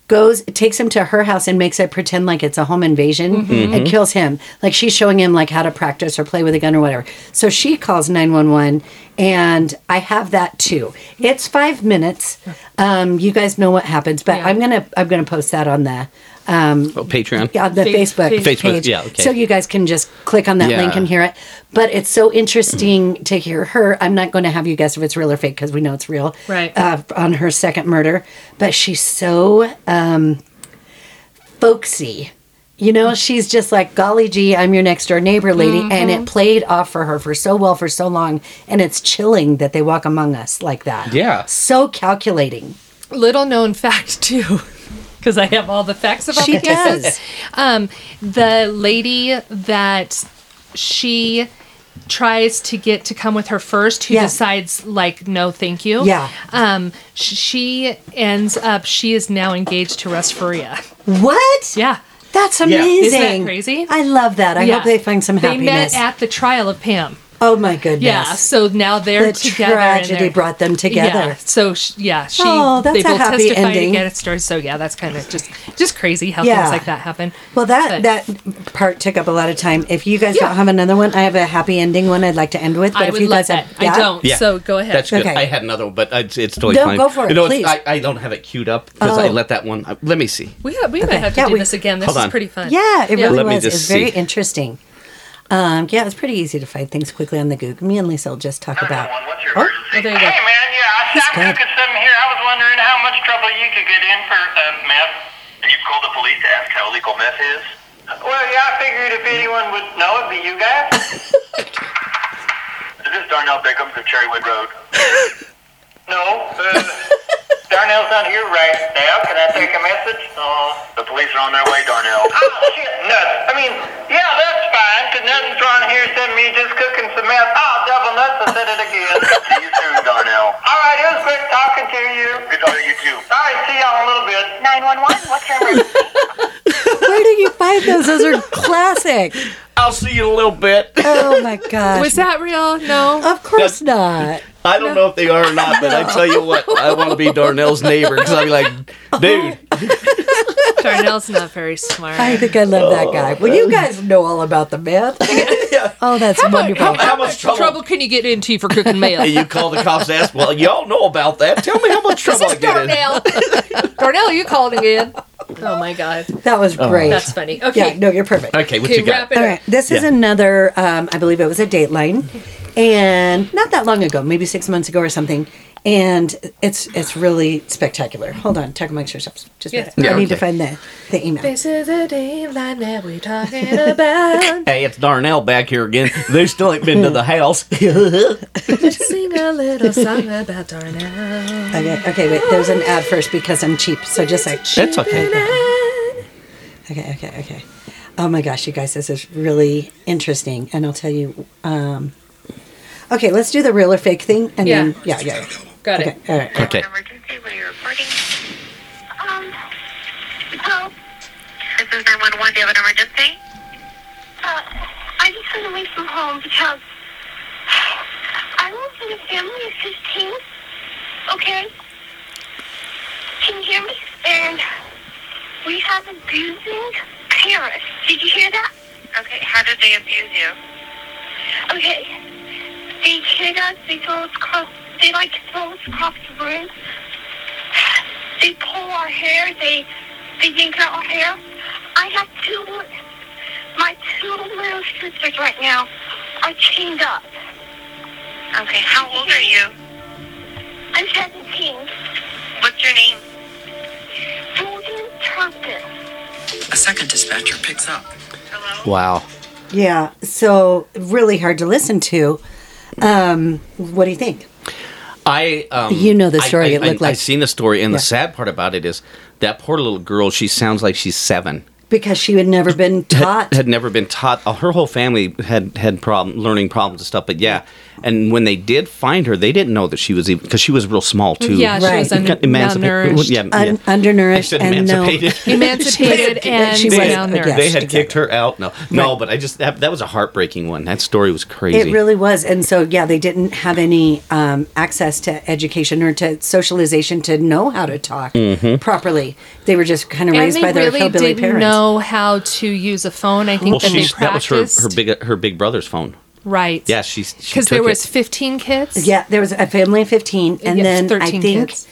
Speaker 3: goes takes him to her house and makes it pretend like it's a home invasion
Speaker 5: Mhm.
Speaker 3: and kills him like she's showing him like how to practice or play with a gun or whatever so she calls 911 and i have that too it's five minutes um, you guys know what happens but i'm gonna i'm gonna post that on the um,
Speaker 4: Oh, Patreon.
Speaker 3: yeah, the
Speaker 4: Fa-
Speaker 3: Facebook,
Speaker 4: Facebook,
Speaker 3: page.
Speaker 4: yeah, okay.
Speaker 3: So you guys can just click on that
Speaker 4: Yeah.
Speaker 3: link and hear it. But it's so interesting to hear her. I'm not going to have you guess if it's real or fake because we know it's real.
Speaker 5: Right.
Speaker 3: Uh, on her second murder, but she's so um, folksy. You know, she's just like, golly gee, I'm your next door neighbor lady. And it played off for her for so well for so long. And it's chilling that they walk among us like that.
Speaker 4: Yeah.
Speaker 3: So calculating.
Speaker 5: little known fact [LAUGHS] too because i have all the facts about
Speaker 3: She
Speaker 5: the cases.
Speaker 3: does.
Speaker 5: [LAUGHS] um, the lady that she tries to get to come with her first who decides like no thank you
Speaker 3: Yeah.
Speaker 5: um, sh- she ends up she is now engaged to russ faria
Speaker 3: What?
Speaker 5: Yeah.
Speaker 3: That's
Speaker 5: Yeah. Isn't that
Speaker 3: amazing.
Speaker 5: crazy?
Speaker 3: I love that. I
Speaker 5: Yeah.
Speaker 3: hope they find some
Speaker 5: they
Speaker 3: happiness.
Speaker 5: met at the trial of pam
Speaker 3: oh my goodness.
Speaker 5: yeah so now
Speaker 3: the
Speaker 5: they're together and
Speaker 3: tragedy
Speaker 5: they're-
Speaker 3: brought them
Speaker 5: Yeah,
Speaker 3: together.
Speaker 5: so sh- yeah, she
Speaker 3: Oh, that's
Speaker 5: they
Speaker 3: a
Speaker 5: both
Speaker 3: happy
Speaker 5: testify
Speaker 3: ending.
Speaker 5: against her. So yeah, that's kind of just just crazy how
Speaker 3: Yeah.
Speaker 5: things like that happen.
Speaker 3: Well, that that part took up a lot of time. If you guys don't have another one, I have a happy ending one I'd like to end with. But
Speaker 5: I
Speaker 3: if
Speaker 5: would
Speaker 3: you
Speaker 5: love
Speaker 3: guys have,
Speaker 5: that. I don't.
Speaker 4: Yeah.
Speaker 5: So go ahead.
Speaker 4: That's good.
Speaker 3: Okay.
Speaker 4: I had another one, but it's, it's totally
Speaker 5: No,
Speaker 4: fine.
Speaker 5: go for it,
Speaker 4: No, it's-
Speaker 5: please.
Speaker 4: I, I don't have it queued up because I
Speaker 5: Oh.
Speaker 4: let that
Speaker 6: uh,
Speaker 4: one. let me see.
Speaker 5: we have, we might have to
Speaker 3: Yeah,
Speaker 5: do
Speaker 3: we-
Speaker 5: this again. This
Speaker 4: Hold
Speaker 5: is
Speaker 4: on.
Speaker 5: pretty fun.
Speaker 3: Yeah, it really
Speaker 4: Let me
Speaker 3: was. It's
Speaker 4: just
Speaker 3: very
Speaker 4: see.
Speaker 3: interesting. Um, yeah, it's pretty easy to find things quickly on the Goog. Me and Lisa will just talk about. Oh,
Speaker 5: well, there you go.
Speaker 10: I
Speaker 3: That's
Speaker 10: stopped you
Speaker 3: good.
Speaker 10: could sit here. I was wondering how much trouble you could get in for uh, meth. And you called the police to ask how illegal meth is?
Speaker 5: [LAUGHS]
Speaker 10: Well, yeah, I figured if anyone would know, it'd be you guys. this Darnell Bickham of Cherrywood Road? no. Uh,
Speaker 5: [LAUGHS]
Speaker 10: Darnell's not here right now. Can I take a message? Uh, the police are on their way, Darnell. oh, shit, nuts. I mean, yeah, that's fine, because nothing's wrong here except me just cooking some meth. Oh, double nuts, I said it again. [LAUGHS] see you soon, Darnell. All right, it was great talking to you. Good talking to you, too. All right, see y'all in a little bit.
Speaker 9: 911, what's your emergency?
Speaker 3: Where do you find those? Those are classic.
Speaker 6: I'll see you in a little bit.
Speaker 5: Uh,
Speaker 3: Oh my gosh.
Speaker 5: Was that real?
Speaker 3: [LAUGHS]
Speaker 5: No.
Speaker 3: Of course not.
Speaker 6: I don't know if they are or not, but I tell you what, I want to be Darnell's neighbor because I'd be like, dude,
Speaker 5: Darnell's not very smart.
Speaker 3: I think I love that guy. Well,
Speaker 4: Oh.
Speaker 3: you guys know all about
Speaker 4: [LAUGHS]
Speaker 3: the meth. Oh, that's wonderful.
Speaker 6: how much trouble?
Speaker 5: can you get into for
Speaker 6: [LAUGHS]
Speaker 5: cooking mail?
Speaker 6: You call the cops, ask, well, y'all know about that. Tell me how much trouble I get in. [LAUGHS]
Speaker 5: Darnell, you called again. Oh my god,
Speaker 3: that was great.
Speaker 5: that's funny.
Speaker 3: yeah,
Speaker 5: Okay,
Speaker 3: no, you're perfect.
Speaker 6: Oh. Okay, what
Speaker 5: okay,
Speaker 6: you got?
Speaker 5: wrap it
Speaker 3: All
Speaker 5: up.
Speaker 3: right. This is another, um, I believe it was a Dateline, and not that long ago, maybe six months ago or something. And it's it's really spectacular. Hold on, talk amongst yourselves. Just a
Speaker 5: Yes.
Speaker 3: minute. I
Speaker 6: Yeah,
Speaker 3: need to
Speaker 6: okay.
Speaker 3: find the, the email.
Speaker 5: This is a dateline that we're talking about.
Speaker 6: Hey, it's Darnell back here
Speaker 3: [LAUGHS]
Speaker 6: again. They still ain't been to the house.
Speaker 5: Let's sing a little song about Darnell.
Speaker 3: Okay, okay, wait. There's an ad first because I'm cheap. So just like,
Speaker 6: That's okay.
Speaker 3: okay, okay, okay. Oh my gosh, you guys, this is really interesting. And I'll tell you. Um, okay, let's do the real or fake thing, and
Speaker 5: Yeah.
Speaker 3: then yeah, yeah.
Speaker 5: Got
Speaker 3: yeah.
Speaker 5: it.
Speaker 3: Okay, all right.
Speaker 6: Okay.
Speaker 9: Emergency, what are you reporting? Um, hello? This is 911, do you have an emergency?
Speaker 8: Uh, I just went away from home because I live in a family of 15, okay? Can you hear me? And we have abusing parents. Did you hear that?
Speaker 9: Okay, how did they abuse you?
Speaker 8: Okay. They hit us, they throw us across, they like to throw us across the room. They pull our hair, they, they yank out our hair. I have two, my two little sisters right now are chained up.
Speaker 9: Okay, how old are you?
Speaker 8: I'm 17.
Speaker 9: What's your name?
Speaker 8: Golden Turpin.
Speaker 11: A second dispatcher picks up.
Speaker 9: Hello?
Speaker 6: Wow.
Speaker 3: Yeah, so really hard to listen to. Um, what do you think?
Speaker 6: I um,
Speaker 3: You know the
Speaker 6: I-
Speaker 3: story,
Speaker 6: I,
Speaker 3: it looked
Speaker 6: I,
Speaker 3: like.
Speaker 6: I've seen the story, and
Speaker 3: Yeah.
Speaker 6: the sad part about it is that poor little girl. She sounds like she's seven.
Speaker 3: Because she had never been taught.
Speaker 6: Had never been taught. uh, Her whole family had had problem learning problems and stuff. But yeah, and when they did find her, they didn't know that she was even because she was real small too.
Speaker 5: Mm, Yeah, she
Speaker 3: Right.
Speaker 5: was
Speaker 6: Kind
Speaker 5: un-
Speaker 6: of emancipa-
Speaker 5: malnourished.
Speaker 6: Yeah,
Speaker 3: Un-
Speaker 6: yeah. I
Speaker 3: Undernourished
Speaker 6: said
Speaker 3: and no. [LAUGHS]
Speaker 6: emancipated.
Speaker 5: [LAUGHS] Emancipated and
Speaker 3: She was-
Speaker 5: malnourished.
Speaker 3: yeah.
Speaker 6: they had
Speaker 3: exactly.
Speaker 6: kicked her out. No, no, but I just that, that was a heartbreaking one. That story was crazy.
Speaker 3: It really was. And so, yeah, they didn't have any um, access to education or to socialization to know how to talk properly. They were just kind of
Speaker 5: And
Speaker 3: raised
Speaker 5: they
Speaker 3: by their
Speaker 5: really
Speaker 3: hillbilly
Speaker 5: didn't
Speaker 3: parents.
Speaker 5: know how to use a phone. I think
Speaker 6: well,
Speaker 5: that they
Speaker 6: she's, that was her,
Speaker 5: practiced.
Speaker 6: her big her big brother's phone.
Speaker 5: right.
Speaker 6: Yeah, she because
Speaker 5: Because there was 15 kids.
Speaker 3: Yeah, there was a family of 15. And
Speaker 5: Yeah,
Speaker 3: then I think,
Speaker 5: kids.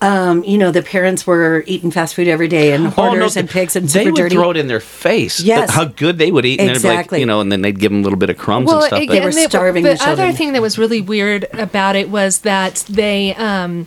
Speaker 3: um, you know, the parents were eating fast food every day and hoarders and pigs and
Speaker 6: Oh, they
Speaker 3: super
Speaker 6: would
Speaker 3: dirty.
Speaker 6: throw it in their face. that-
Speaker 3: Yes.
Speaker 6: how good they would eat, and exactly.
Speaker 3: Exactly.
Speaker 6: like, you know, and then they'd give them a little bit of crumbs and stuff.
Speaker 5: again,
Speaker 3: were
Speaker 5: they-
Speaker 3: starving
Speaker 5: The
Speaker 3: the children.
Speaker 5: other thing that was really weird about it was that they, um,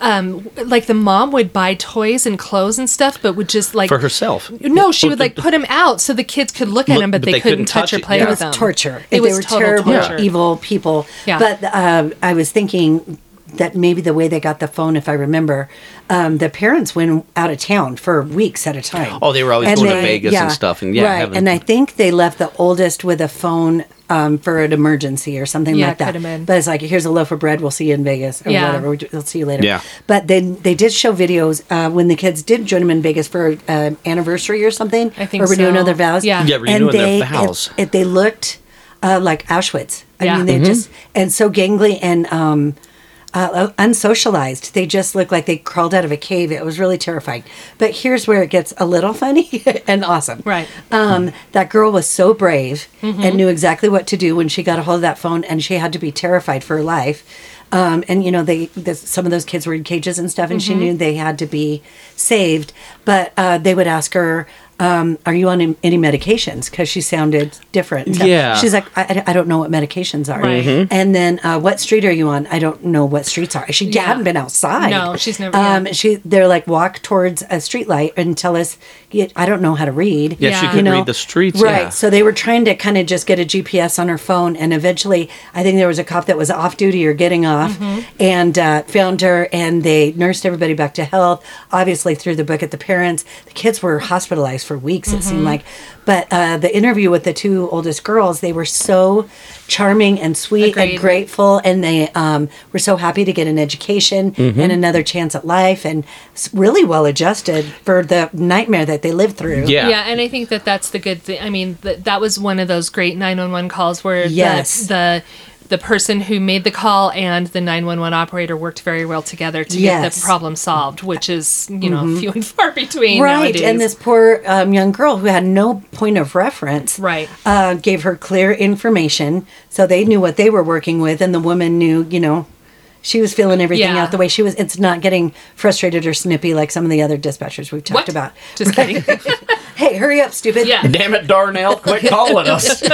Speaker 5: um, like the mom would buy toys and clothes and stuff, but would just like
Speaker 6: for herself,
Speaker 5: No, she
Speaker 6: Or
Speaker 5: would
Speaker 6: the-
Speaker 5: like put them out so the kids could look at
Speaker 6: Look,
Speaker 5: them, but, they, couldn't touch or
Speaker 6: it,
Speaker 5: play
Speaker 6: yeah.
Speaker 3: It
Speaker 5: with
Speaker 3: was
Speaker 5: them.
Speaker 3: torture. they
Speaker 5: It was
Speaker 3: were
Speaker 5: total
Speaker 3: terrible,
Speaker 5: torture.
Speaker 3: evil people.
Speaker 5: Yeah.
Speaker 3: But uh, I was thinking that maybe the way they got the phone, if I remember, um, the parents went out of town for weeks at a time.
Speaker 6: Oh, they were always going to Vegas and stuff, and yeah,
Speaker 3: right.
Speaker 6: having-
Speaker 3: And I think they left the oldest with a phone um, for an emergency or something
Speaker 5: Yeah,
Speaker 3: like that.
Speaker 5: could've been.
Speaker 3: But it's like, here's a loaf of bread. We'll see you in Vegas or
Speaker 5: Yeah.
Speaker 3: whatever. We'll- We'll see you later.
Speaker 6: Yeah.
Speaker 3: But they they did show videos uh, when the kids did join them in Vegas for an anniversary or something.
Speaker 5: I think
Speaker 3: or renew
Speaker 5: so.
Speaker 3: another vows.
Speaker 5: Yeah. Yeah,
Speaker 6: renewing their vows.
Speaker 3: It, it- they looked uh, like Auschwitz. I
Speaker 5: Yeah.
Speaker 3: mean, they just and so gangly and um, uh, unsocialized. They just looked like they crawled out of a cave. It was really terrifying. But here's where it gets a little [LAUGHS] funny and awesome.
Speaker 5: Right.
Speaker 3: Um, That girl was so brave and knew exactly what to do when she got a hold of that phone, and she had to be terrified for her life. Um, and you know, they this, some of those kids were in cages and stuff, and she knew they had to be saved. But uh, they would ask her, um, "Are you on any- any medications?" Because she sounded different. So
Speaker 4: Yeah.
Speaker 3: she's like, I, I- "I don't know what medications are."
Speaker 5: Right.
Speaker 4: Mm-hmm.
Speaker 3: And then, uh, "What street are you on?" I don't know what streets are. She
Speaker 5: Yeah.
Speaker 3: hadn't been outside.
Speaker 5: No, she's never-
Speaker 3: Um,
Speaker 5: yeah.
Speaker 3: she they're like walk towards a street light and tell us. "Yeah, I don't know how to read.
Speaker 4: Yeah, she
Speaker 5: Yeah.
Speaker 4: could
Speaker 5: You
Speaker 4: read the streets.
Speaker 3: Right.
Speaker 4: Yeah.
Speaker 3: So they were trying to kind of just get a GPS on her phone. And eventually, I think there was a cop that was off duty or getting off and uh, found her. And they nursed everybody back to health, obviously, threw the book at the parents. The kids were hospitalized for weeks, it seemed like. But uh, the interview with the two oldest girls, they were so charming and sweet and
Speaker 5: Agreed.
Speaker 3: grateful. And they um, were so happy to get an education and another chance at life and s- really well adjusted for the nightmare that they lived through.
Speaker 4: Yeah.
Speaker 5: Yeah, and I think that that's the good thing. I mean, th- that was one of those great 911 calls where
Speaker 3: Yes.
Speaker 5: the, the the person who made the call and the 911 operator worked very well together to get
Speaker 3: Yes. Mm-hmm.
Speaker 5: the problem solved, which is, you know, few and far between
Speaker 3: right
Speaker 5: nowadays.
Speaker 3: and this poor um, young girl who had no point of reference
Speaker 5: Right.
Speaker 3: uh, gave her clear information so they knew what they were working with and the woman knew you know she was feeling everything
Speaker 5: Yeah.
Speaker 3: out the way she was it's not getting frustrated or snippy like some of the other dispatchers we've talked
Speaker 5: What?
Speaker 3: about Uh,
Speaker 5: Just
Speaker 3: [LAUGHS]
Speaker 5: kidding.
Speaker 3: hey hurry up stupid
Speaker 5: yeah.
Speaker 6: Damn it, Darnell! Quit calling
Speaker 5: [LAUGHS]
Speaker 6: us.
Speaker 3: [LAUGHS]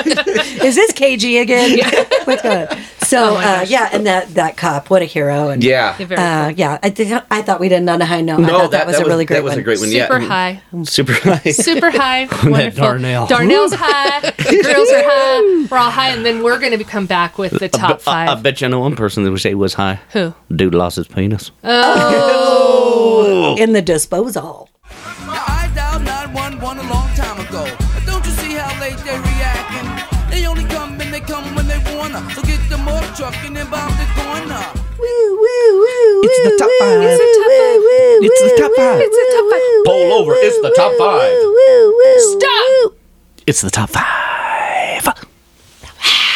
Speaker 3: is this kg again [LAUGHS] what's going on so
Speaker 5: Oh my
Speaker 3: uh,
Speaker 5: gosh.
Speaker 3: yeah and that that cop what a hero and
Speaker 4: Yeah.
Speaker 5: They're very
Speaker 3: uh, yeah I, th- I thought we'd end on a high note i
Speaker 4: No,
Speaker 3: thought that, was a really great
Speaker 4: that was
Speaker 3: one
Speaker 4: a great one. yeah.
Speaker 5: super
Speaker 4: Mm.
Speaker 5: high.
Speaker 4: [LAUGHS] Super high.
Speaker 5: Super high. Wonderful.
Speaker 6: Darnell.
Speaker 5: Darnell's
Speaker 3: [LAUGHS]
Speaker 5: high. The girls are high. We're all high. And then we're going to come back with the
Speaker 4: I-
Speaker 5: top
Speaker 4: I, I
Speaker 5: five.
Speaker 4: bet you I know one person that would say was high.
Speaker 5: Who? Uh,
Speaker 4: Dude lost his penis.
Speaker 3: in the disposal
Speaker 11: Now I dialed 911 a long time ago. But don't you see how late they're reacting? They only come and they come when they wanna. So get the mortar truck and then bomb the corner.
Speaker 3: Woo, woo, woo,
Speaker 4: It's the
Speaker 3: woo,
Speaker 4: top
Speaker 3: woo,
Speaker 4: five. It's the
Speaker 3: woo,
Speaker 5: top five.
Speaker 3: woo, woo,
Speaker 4: It's the
Speaker 3: woo,
Speaker 4: top five. It's
Speaker 3: woo,
Speaker 5: the top
Speaker 3: woo,
Speaker 5: five.
Speaker 3: woo,
Speaker 6: Pull
Speaker 3: woo,
Speaker 6: over. It's the
Speaker 3: woo,
Speaker 6: top
Speaker 3: woo,
Speaker 6: five.
Speaker 3: woo, woo,
Speaker 5: Stop.
Speaker 3: woo.
Speaker 6: It's the top five.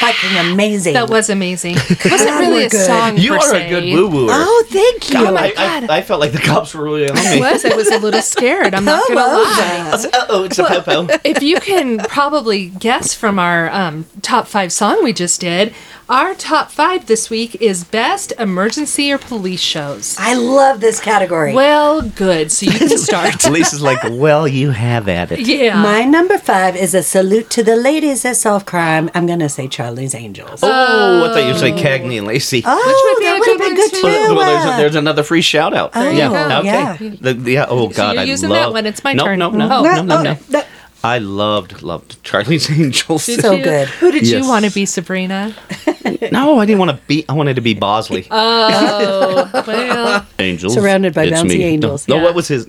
Speaker 3: Fucking amazing.
Speaker 5: That was
Speaker 3: [LAUGHS]
Speaker 5: amazing. It wasn't really
Speaker 3: we're
Speaker 5: a
Speaker 3: good.
Speaker 5: song
Speaker 6: You
Speaker 5: per
Speaker 6: are
Speaker 5: se.
Speaker 6: a good woo wooer.
Speaker 3: Oh, thank you.
Speaker 6: I, I, I felt like the cops were really on
Speaker 5: I
Speaker 6: me.
Speaker 5: was. I was a little scared.
Speaker 3: [LAUGHS]
Speaker 5: I'm not gonna lie.
Speaker 6: Uh oh, it's a popo.
Speaker 5: [LAUGHS] If you can probably guess from our um, top five song we just did, our top five this week is best emergency or police shows.
Speaker 3: I love this category.
Speaker 5: Well, good.
Speaker 3: [LAUGHS]
Speaker 5: So you [LAUGHS] can start.
Speaker 4: Lisa's like, well, you have at it.
Speaker 5: yeah.
Speaker 3: My number five is a salute to the ladies that solve crime. I'm gonna say Charlie's Angels. Oh,
Speaker 4: Oh, I thought you would say Cagney and Lacey.
Speaker 5: Oh, would be
Speaker 3: that
Speaker 5: a
Speaker 3: would have
Speaker 5: good
Speaker 3: been
Speaker 5: one,
Speaker 3: good
Speaker 5: too.
Speaker 3: too.
Speaker 4: Well, there's,
Speaker 3: uh,
Speaker 4: there's another free shout out.
Speaker 3: Oh,
Speaker 4: yeah.
Speaker 3: yeah.
Speaker 4: Okay. The- yeah, Oh, God.
Speaker 5: you're
Speaker 4: I
Speaker 5: using
Speaker 4: love,
Speaker 5: that one. It's my
Speaker 4: no,
Speaker 5: turn.
Speaker 4: No, no,
Speaker 5: Oh.
Speaker 4: no, no, no, no.
Speaker 3: that-
Speaker 4: I loved, loved Charlie's [LAUGHS] Angels.
Speaker 5: Did
Speaker 3: so
Speaker 5: you-
Speaker 3: good.
Speaker 5: Who did
Speaker 4: Yes.
Speaker 5: you want to be,
Speaker 3: [LAUGHS]
Speaker 5: Sabrina?
Speaker 4: no, I didn't want to be. I wanted to be Bosley.
Speaker 5: Oh, well,
Speaker 4: angels.
Speaker 3: Surrounded by
Speaker 4: it's
Speaker 3: bouncy
Speaker 4: me. No,
Speaker 3: angels.
Speaker 4: No,
Speaker 5: Yeah.
Speaker 4: what was his?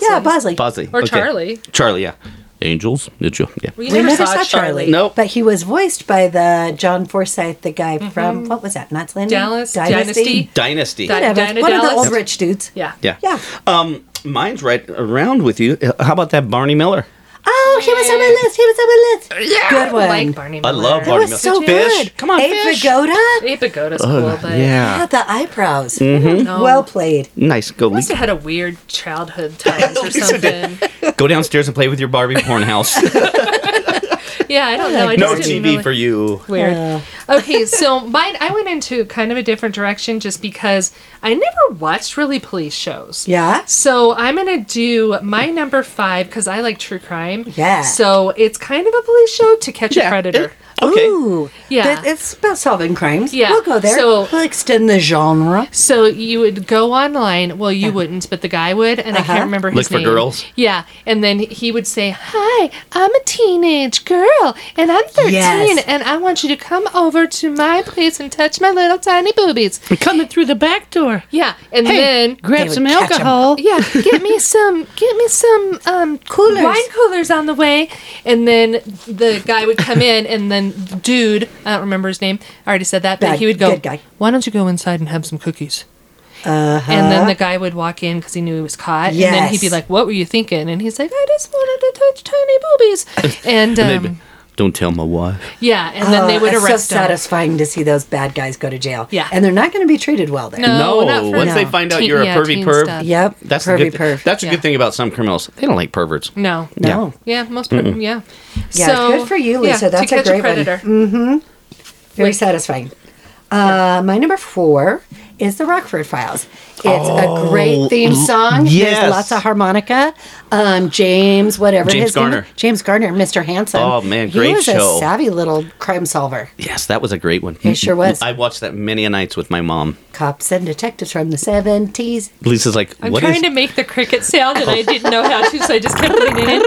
Speaker 3: yeah, Bosley.
Speaker 4: Bosley.
Speaker 5: or
Speaker 4: Okay.
Speaker 5: Charlie.
Speaker 4: Charlie, yeah. Angels. It's you. Yeah.
Speaker 5: We,
Speaker 3: We never saw Charlie.
Speaker 4: Nope.
Speaker 3: But he was voiced by the John Forsythe, the guy from what was that? Knots Landing.
Speaker 5: Mm-hmm. Dallas Dynasty.
Speaker 4: Dynasty.
Speaker 5: Di-
Speaker 3: Whatever.
Speaker 5: Dinah
Speaker 3: One of the
Speaker 5: Dallas.
Speaker 3: old rich dudes.
Speaker 5: Yeah.
Speaker 4: yeah.
Speaker 3: Yeah.
Speaker 4: Um, mine's right around with you. Uh, How about that Barney Miller?
Speaker 3: Oh, he was on my list. He was on my list. Yeah. Good one.
Speaker 5: I like Barney.
Speaker 4: I love
Speaker 5: Miller.
Speaker 4: Barney
Speaker 3: That
Speaker 4: Miller.
Speaker 3: was so
Speaker 4: Fish.
Speaker 3: good.
Speaker 4: Come on,
Speaker 3: Abe
Speaker 4: fish.
Speaker 3: Vigoda?
Speaker 5: Abe Pagoda's cool, but
Speaker 4: Yeah.
Speaker 3: Yeah, the eyebrows.
Speaker 6: Mm-hmm.
Speaker 5: No.
Speaker 3: Well played.
Speaker 4: Nice. Go
Speaker 5: must have had a weird
Speaker 3: [LAUGHS]
Speaker 5: childhood times or something.
Speaker 4: go downstairs and play with your Barbie porn
Speaker 3: [LAUGHS]
Speaker 4: house.
Speaker 5: Yeah, I don't know. I
Speaker 4: no
Speaker 5: just didn't
Speaker 4: TV
Speaker 5: really-
Speaker 4: for you.
Speaker 5: weird.
Speaker 3: Yeah.
Speaker 5: okay, so mine I went into kind of a different direction just because I never watched really police shows.
Speaker 3: Yeah.
Speaker 5: So I'm gonna do my number five because I like true crime.
Speaker 3: Yeah.
Speaker 5: So it's kind of a police show to catch a predator.
Speaker 4: Okay.
Speaker 3: Ooh.
Speaker 5: Yeah.
Speaker 3: But it's about solving crimes.
Speaker 5: Yeah,
Speaker 3: We'll go there.
Speaker 5: so-
Speaker 3: we'll extend the genre.
Speaker 5: So you would go online. Well, you wouldn't, but the guy would, and I
Speaker 3: Uh-huh.
Speaker 5: can't remember his
Speaker 4: Look for
Speaker 5: name.
Speaker 4: girls?
Speaker 5: Yeah, and then he would say, "Hi, I'm a teenage girl, and I'm 13,
Speaker 3: Yes.
Speaker 5: and I want you to come over to my place and touch my little tiny boobies."
Speaker 6: Coming through the back door.
Speaker 5: Yeah, and then
Speaker 3: They
Speaker 6: Grab
Speaker 3: would
Speaker 6: some
Speaker 3: catch 'em.
Speaker 6: alcohol.
Speaker 5: yeah, get me some, get me some um, coolers, wine coolers on the way, and then the guy would come in, and then the dude, I don't remember his name, I already said that, but
Speaker 3: Bad-
Speaker 5: he would go,
Speaker 3: good guy.
Speaker 5: "Why don't you go inside and have some cookies?" Uh-huh. And then the guy would walk in because he knew he was caught, and then he'd be
Speaker 3: Yes.
Speaker 5: like, "What were you thinking?" And he's like, "I just wanted to touch tiny
Speaker 4: [LAUGHS]
Speaker 5: boobies," and
Speaker 4: Maybe.
Speaker 5: um,
Speaker 4: Don't tell my wife.
Speaker 5: yeah, and then they
Speaker 3: Oh,
Speaker 5: would
Speaker 3: it's
Speaker 5: arrest
Speaker 3: so
Speaker 5: him.
Speaker 3: satisfying to see those bad guys go to jail.
Speaker 5: Yeah.
Speaker 3: And they're not going to be treated well there.
Speaker 5: No, not for
Speaker 4: once they
Speaker 3: No.
Speaker 4: find out
Speaker 5: teen-
Speaker 4: you're a
Speaker 5: yeah,
Speaker 4: pervy
Speaker 5: teen
Speaker 4: perv.
Speaker 5: stuff.
Speaker 3: Yep.
Speaker 4: That's the
Speaker 3: pervy
Speaker 4: good.
Speaker 3: perv.
Speaker 4: That's a
Speaker 5: Yeah.
Speaker 4: good thing about some criminals. They don't like perverts.
Speaker 5: No,
Speaker 3: no.
Speaker 5: yeah, most people, yeah.
Speaker 3: Yeah,
Speaker 5: so,
Speaker 3: good for you,
Speaker 5: yeah,
Speaker 3: Lisa.
Speaker 5: to
Speaker 3: That's a
Speaker 5: catch
Speaker 3: great one.
Speaker 5: predator.
Speaker 3: Very
Speaker 5: Wait.
Speaker 3: satisfying. Uh, my number four is the Rockford Files. It's a great theme song.
Speaker 6: Oh, yes.
Speaker 3: There's lots of harmonica. Um, James, whatever
Speaker 6: James
Speaker 3: his name-
Speaker 6: Garner.
Speaker 3: James Garner, Mr. Hanson.
Speaker 6: Oh, man, great
Speaker 3: he was
Speaker 6: show.
Speaker 3: a savvy little crime solver.
Speaker 6: Yes, that was a great one.
Speaker 3: It
Speaker 4: Mm-hmm.
Speaker 3: sure was.
Speaker 6: I watched that many a nights with my mom.
Speaker 3: Cops and detectives from the seventies.
Speaker 6: Lisa's like,
Speaker 5: I'm
Speaker 6: "What
Speaker 5: trying
Speaker 6: is?"
Speaker 5: to make the cricket sound, and I didn't know how to, so I just kept
Speaker 4: [LAUGHS]
Speaker 5: leaning in.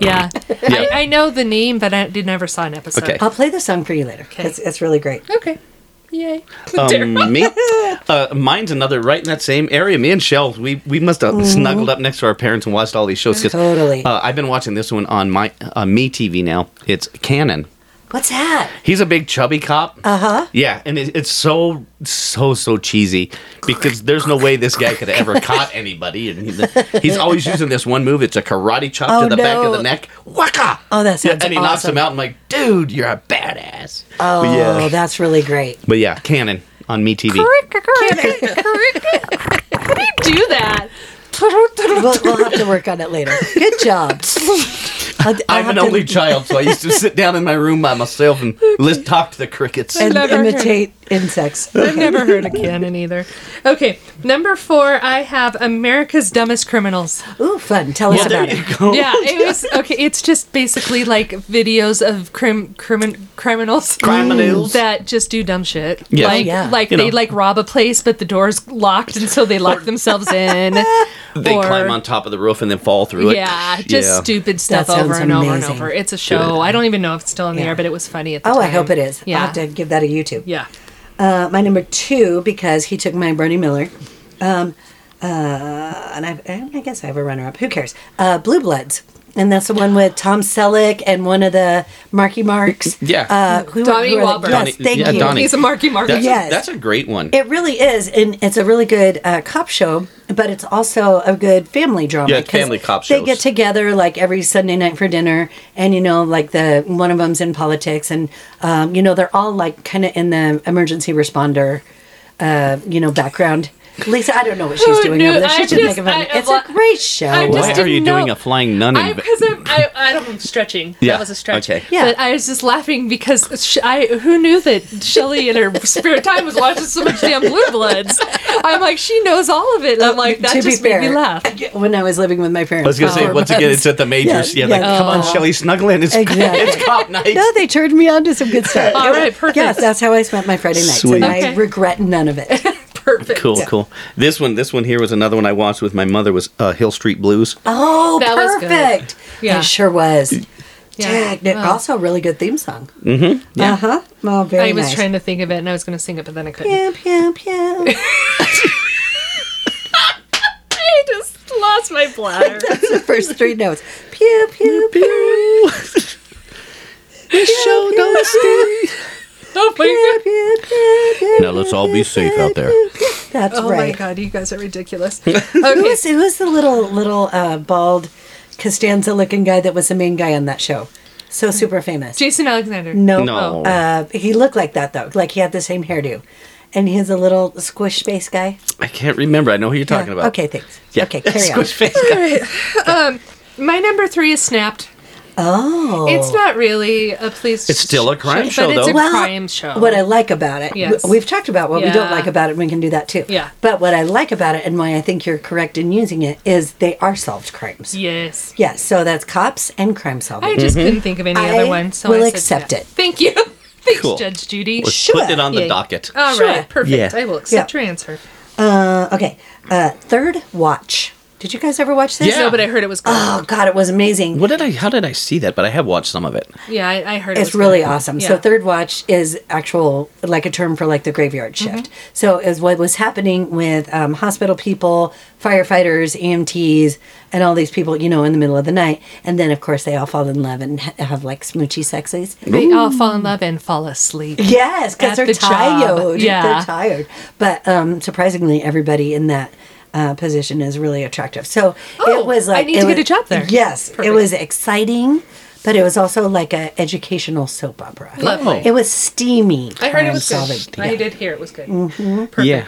Speaker 5: Yeah,
Speaker 6: Yeah.
Speaker 5: I, I know the name, but I did never saw an episode.
Speaker 6: Okay.
Speaker 3: I'll play the song for you later. 'cause It's, it's really great.
Speaker 5: Okay. Yay.
Speaker 3: [LAUGHS]
Speaker 6: Um, me, uh, mine's another right in that same area. Me and Shell, we we must have snuggled up next to our parents and watched all these shows. 'cause,
Speaker 3: Mm-hmm. Totally.
Speaker 6: Uh, I've been watching this one on my uh, me TV now. It's Canon.
Speaker 3: What's that?
Speaker 6: He's a big chubby cop. Uh
Speaker 3: Uh-huh.
Speaker 6: huh. Yeah, and it, it's so so so cheesy because there's no way this guy could have ever caught anybody, and he- he's always using this one move. It's a karate chop
Speaker 3: Oh,
Speaker 6: to the back of the
Speaker 3: no.
Speaker 6: neck. Waka.
Speaker 3: Oh, that sounds
Speaker 6: and he knocks
Speaker 3: awesome.
Speaker 6: him out. I'm like, dude, you're a badass.
Speaker 3: Oh,
Speaker 6: But yeah.
Speaker 3: that's really great.
Speaker 6: But yeah, Canon on me TV.
Speaker 5: do that.
Speaker 3: We'll, we'll have to work on it later. Good job. I'll- I'll
Speaker 6: [LAUGHS] I'm
Speaker 3: have to
Speaker 6: an
Speaker 3: [LAUGHS]
Speaker 6: only child, so I used to sit down in my room by myself and let's talk to the crickets.
Speaker 3: and
Speaker 5: Never heard.
Speaker 3: imitate
Speaker 6: [LAUGHS]
Speaker 3: insects.
Speaker 5: I've never heard of canon either. Okay, number four, I have America's Dumbest Criminals.
Speaker 3: Ooh, fun. Tell us about it.
Speaker 6: Oh.
Speaker 5: Yeah, it was okay. It's just basically like videos of crim, crimin, criminals,
Speaker 6: Criminals.
Speaker 5: that just do dumb shit.
Speaker 6: Yes.
Speaker 5: Like,
Speaker 3: Oh, yeah.
Speaker 5: like
Speaker 6: You
Speaker 5: they
Speaker 6: know.
Speaker 5: like rob a place, but the door's locked, and so they lock themselves in.
Speaker 6: [LAUGHS] They
Speaker 5: or-
Speaker 6: climb on top of the roof and then fall through it.
Speaker 5: Yeah, just
Speaker 6: Yeah.
Speaker 5: stupid stuff
Speaker 3: sounds
Speaker 5: over and over and
Speaker 3: amazing.
Speaker 5: over. It's a show. I don't even know if it's still in the
Speaker 3: Yeah.
Speaker 5: air, but it was funny at the
Speaker 3: Oh,
Speaker 5: time.
Speaker 3: I hope it is.
Speaker 5: Yeah.
Speaker 3: I'll have to give that a YouTube.
Speaker 5: yeah.
Speaker 3: Uh, my number two, because he took my Bernie Miller. Um, uh, and I, I guess I have a runner up. Who cares? Uh, Blue Bloods. And that's the one with Tom Selleck and one of the Marky Marks.
Speaker 6: [LAUGHS] Yeah.
Speaker 3: Uh, who,
Speaker 5: Donnie
Speaker 3: who are the-
Speaker 5: Wahlberg.
Speaker 3: Yes,
Speaker 6: Donnie-
Speaker 3: thank
Speaker 6: yeah,
Speaker 3: you.
Speaker 6: Uh, Donnie.
Speaker 5: He's a Marky Mark.
Speaker 6: That's,
Speaker 3: Yes.
Speaker 6: a, that's a great one.
Speaker 3: It really is, and it's a really good uh, cop show, but it's also a good family drama.
Speaker 6: Yeah, it's
Speaker 3: 'cause
Speaker 6: family cop
Speaker 3: They
Speaker 6: shows.
Speaker 3: get together like every Sunday night for dinner, and you know, like the one of them's in politics, and um, you know, they're all like kind of in the emergency responder, uh, you know, background. Lisa, I don't know what she's
Speaker 5: Oh,
Speaker 3: doing
Speaker 5: no,
Speaker 3: over there.
Speaker 5: I
Speaker 3: She's just,
Speaker 5: just-
Speaker 3: making fun of me.
Speaker 5: I-
Speaker 3: It's a great show.
Speaker 5: I just
Speaker 6: Why
Speaker 5: didn't
Speaker 6: are you doing
Speaker 5: know.
Speaker 6: a flying nun?
Speaker 5: I
Speaker 6: In-
Speaker 5: because I'm I, I don't I'm stretching.
Speaker 6: Yeah,
Speaker 5: That was a stretch.
Speaker 6: okay.
Speaker 3: Yeah.
Speaker 5: But I was just laughing because sh- I who knew that Shelley in her spare time was watching so much damn Blue Bloods. I'm like she knows all of it. And I'm like that
Speaker 3: Uh, to
Speaker 5: just
Speaker 3: be fair,
Speaker 5: made
Speaker 3: [LAUGHS]
Speaker 5: me laugh.
Speaker 3: when I was living with my parents.
Speaker 6: I was gonna
Speaker 3: for
Speaker 6: say
Speaker 3: four
Speaker 6: once again,
Speaker 3: months.
Speaker 6: it's at the majors.
Speaker 3: Yeah,
Speaker 6: Yeah, like
Speaker 3: yeah.
Speaker 6: come on, Shelly, snuggle in. It's
Speaker 3: Exactly.
Speaker 6: it's cop night.
Speaker 3: No, they turned me on to some good stuff.
Speaker 5: [LAUGHS] All right, perfect.
Speaker 3: Yes, that's how I spent my Friday nights,
Speaker 6: Sweet.
Speaker 3: and I
Speaker 5: Okay.
Speaker 3: regret none of
Speaker 5: [LAUGHS]
Speaker 3: it.
Speaker 5: Perfect.
Speaker 6: Cool, cool. This one, this one here was another one I watched with my mother. Was uh, Hill Street Blues?
Speaker 3: Oh,
Speaker 5: That was good.
Speaker 3: perfect.
Speaker 5: Yeah.
Speaker 3: It sure was.
Speaker 5: Yeah.
Speaker 3: Dag, that-
Speaker 5: Wow.
Speaker 3: Also, a really good theme song. Mm-hmm. Uh huh. Well, very
Speaker 5: I was
Speaker 3: nice.
Speaker 5: trying to think of it and I was going to sing it, but then I couldn't.
Speaker 3: Pew, pew, pew.
Speaker 5: [LAUGHS] I just lost my
Speaker 3: [LAUGHS]
Speaker 5: bladder.
Speaker 3: That's the first three notes. Pew, pew, pew. This show don't stay.
Speaker 5: oh my god.
Speaker 6: Now let's all be safe out there.
Speaker 3: That's
Speaker 5: [LAUGHS] Oh
Speaker 3: right.
Speaker 5: my god, you guys are ridiculous.
Speaker 3: Who
Speaker 5: Okay.
Speaker 3: was, who was the little, little uh, bald Costanza looking guy that was the main guy on that show? So super famous.
Speaker 5: Jason Alexander.
Speaker 3: No.
Speaker 6: No.
Speaker 3: Uh, he looked like that, though. Like he had the same hairdo. And he was a little squish face guy.
Speaker 6: I can't remember. I know who you're talking
Speaker 3: Yeah.
Speaker 6: about.
Speaker 3: Okay, thanks. Okay, carry on.
Speaker 6: Squish face.
Speaker 5: My number 3 is Snapped.
Speaker 3: Oh.
Speaker 5: It's not really a police
Speaker 6: It's still a crime show,
Speaker 5: but it's
Speaker 6: though.
Speaker 5: a crime show.
Speaker 3: What I like about it,
Speaker 5: Yes.
Speaker 3: we- we've talked about what we don't
Speaker 5: Yeah.
Speaker 3: like about it. We can do that too.
Speaker 5: Yeah.
Speaker 3: But what I like about it, and why I think you're correct in using it, is they are solved crimes. Yes.
Speaker 5: yes.
Speaker 3: so that's cops and crime solving.
Speaker 5: I just couldn't think of any
Speaker 3: I
Speaker 5: other one, so
Speaker 3: will
Speaker 5: I said
Speaker 3: accept
Speaker 5: that.
Speaker 3: it.
Speaker 5: Thank you. [LAUGHS] Thanks,
Speaker 6: Cool.
Speaker 5: Judge Judy.
Speaker 6: Let's
Speaker 3: Sure.
Speaker 6: put it on the
Speaker 5: Yeah.
Speaker 6: docket.
Speaker 5: All right,
Speaker 3: Sure.
Speaker 5: perfect.
Speaker 6: Yeah.
Speaker 5: I will accept
Speaker 3: Yeah.
Speaker 5: your answer.
Speaker 3: Uh, okay. Uh, third watch. Did you guys ever watch this?
Speaker 6: Yeah.
Speaker 5: No, but I heard it was good.
Speaker 3: Oh God, it was amazing.
Speaker 6: What did I? How did I see that? But I have watched some of it.
Speaker 5: yeah, I, I heard it
Speaker 3: It's
Speaker 5: was good.
Speaker 3: really awesome. So
Speaker 5: Yeah.
Speaker 3: third watch is actual like a term for like the graveyard
Speaker 5: Mm-hmm.
Speaker 3: shift. So is what was happening with um, hospital people, firefighters, EMTs, and all these people, you know, in the middle of the night. And then of course they all fall in love and ha- have like smoochy sexies.
Speaker 5: They all fall in love and fall asleep.
Speaker 3: Yes,
Speaker 5: At
Speaker 3: because they're
Speaker 5: the job.
Speaker 3: tired.
Speaker 5: Yeah.
Speaker 3: They're tired. But um, surprisingly, everybody in that uh, position is really attractive. So
Speaker 5: Oh,
Speaker 3: it was
Speaker 5: I
Speaker 3: like.
Speaker 5: need
Speaker 3: it
Speaker 5: to
Speaker 3: was-
Speaker 5: get a job there.
Speaker 3: Yes. It
Speaker 5: Perfect.
Speaker 3: was exciting, but it was also like an educational soap opera.
Speaker 5: Lovely.
Speaker 3: It was steamy.
Speaker 5: I heard it was good.
Speaker 3: crime-solving. Yeah.
Speaker 5: I did hear it was good. Perfect.
Speaker 6: Yeah.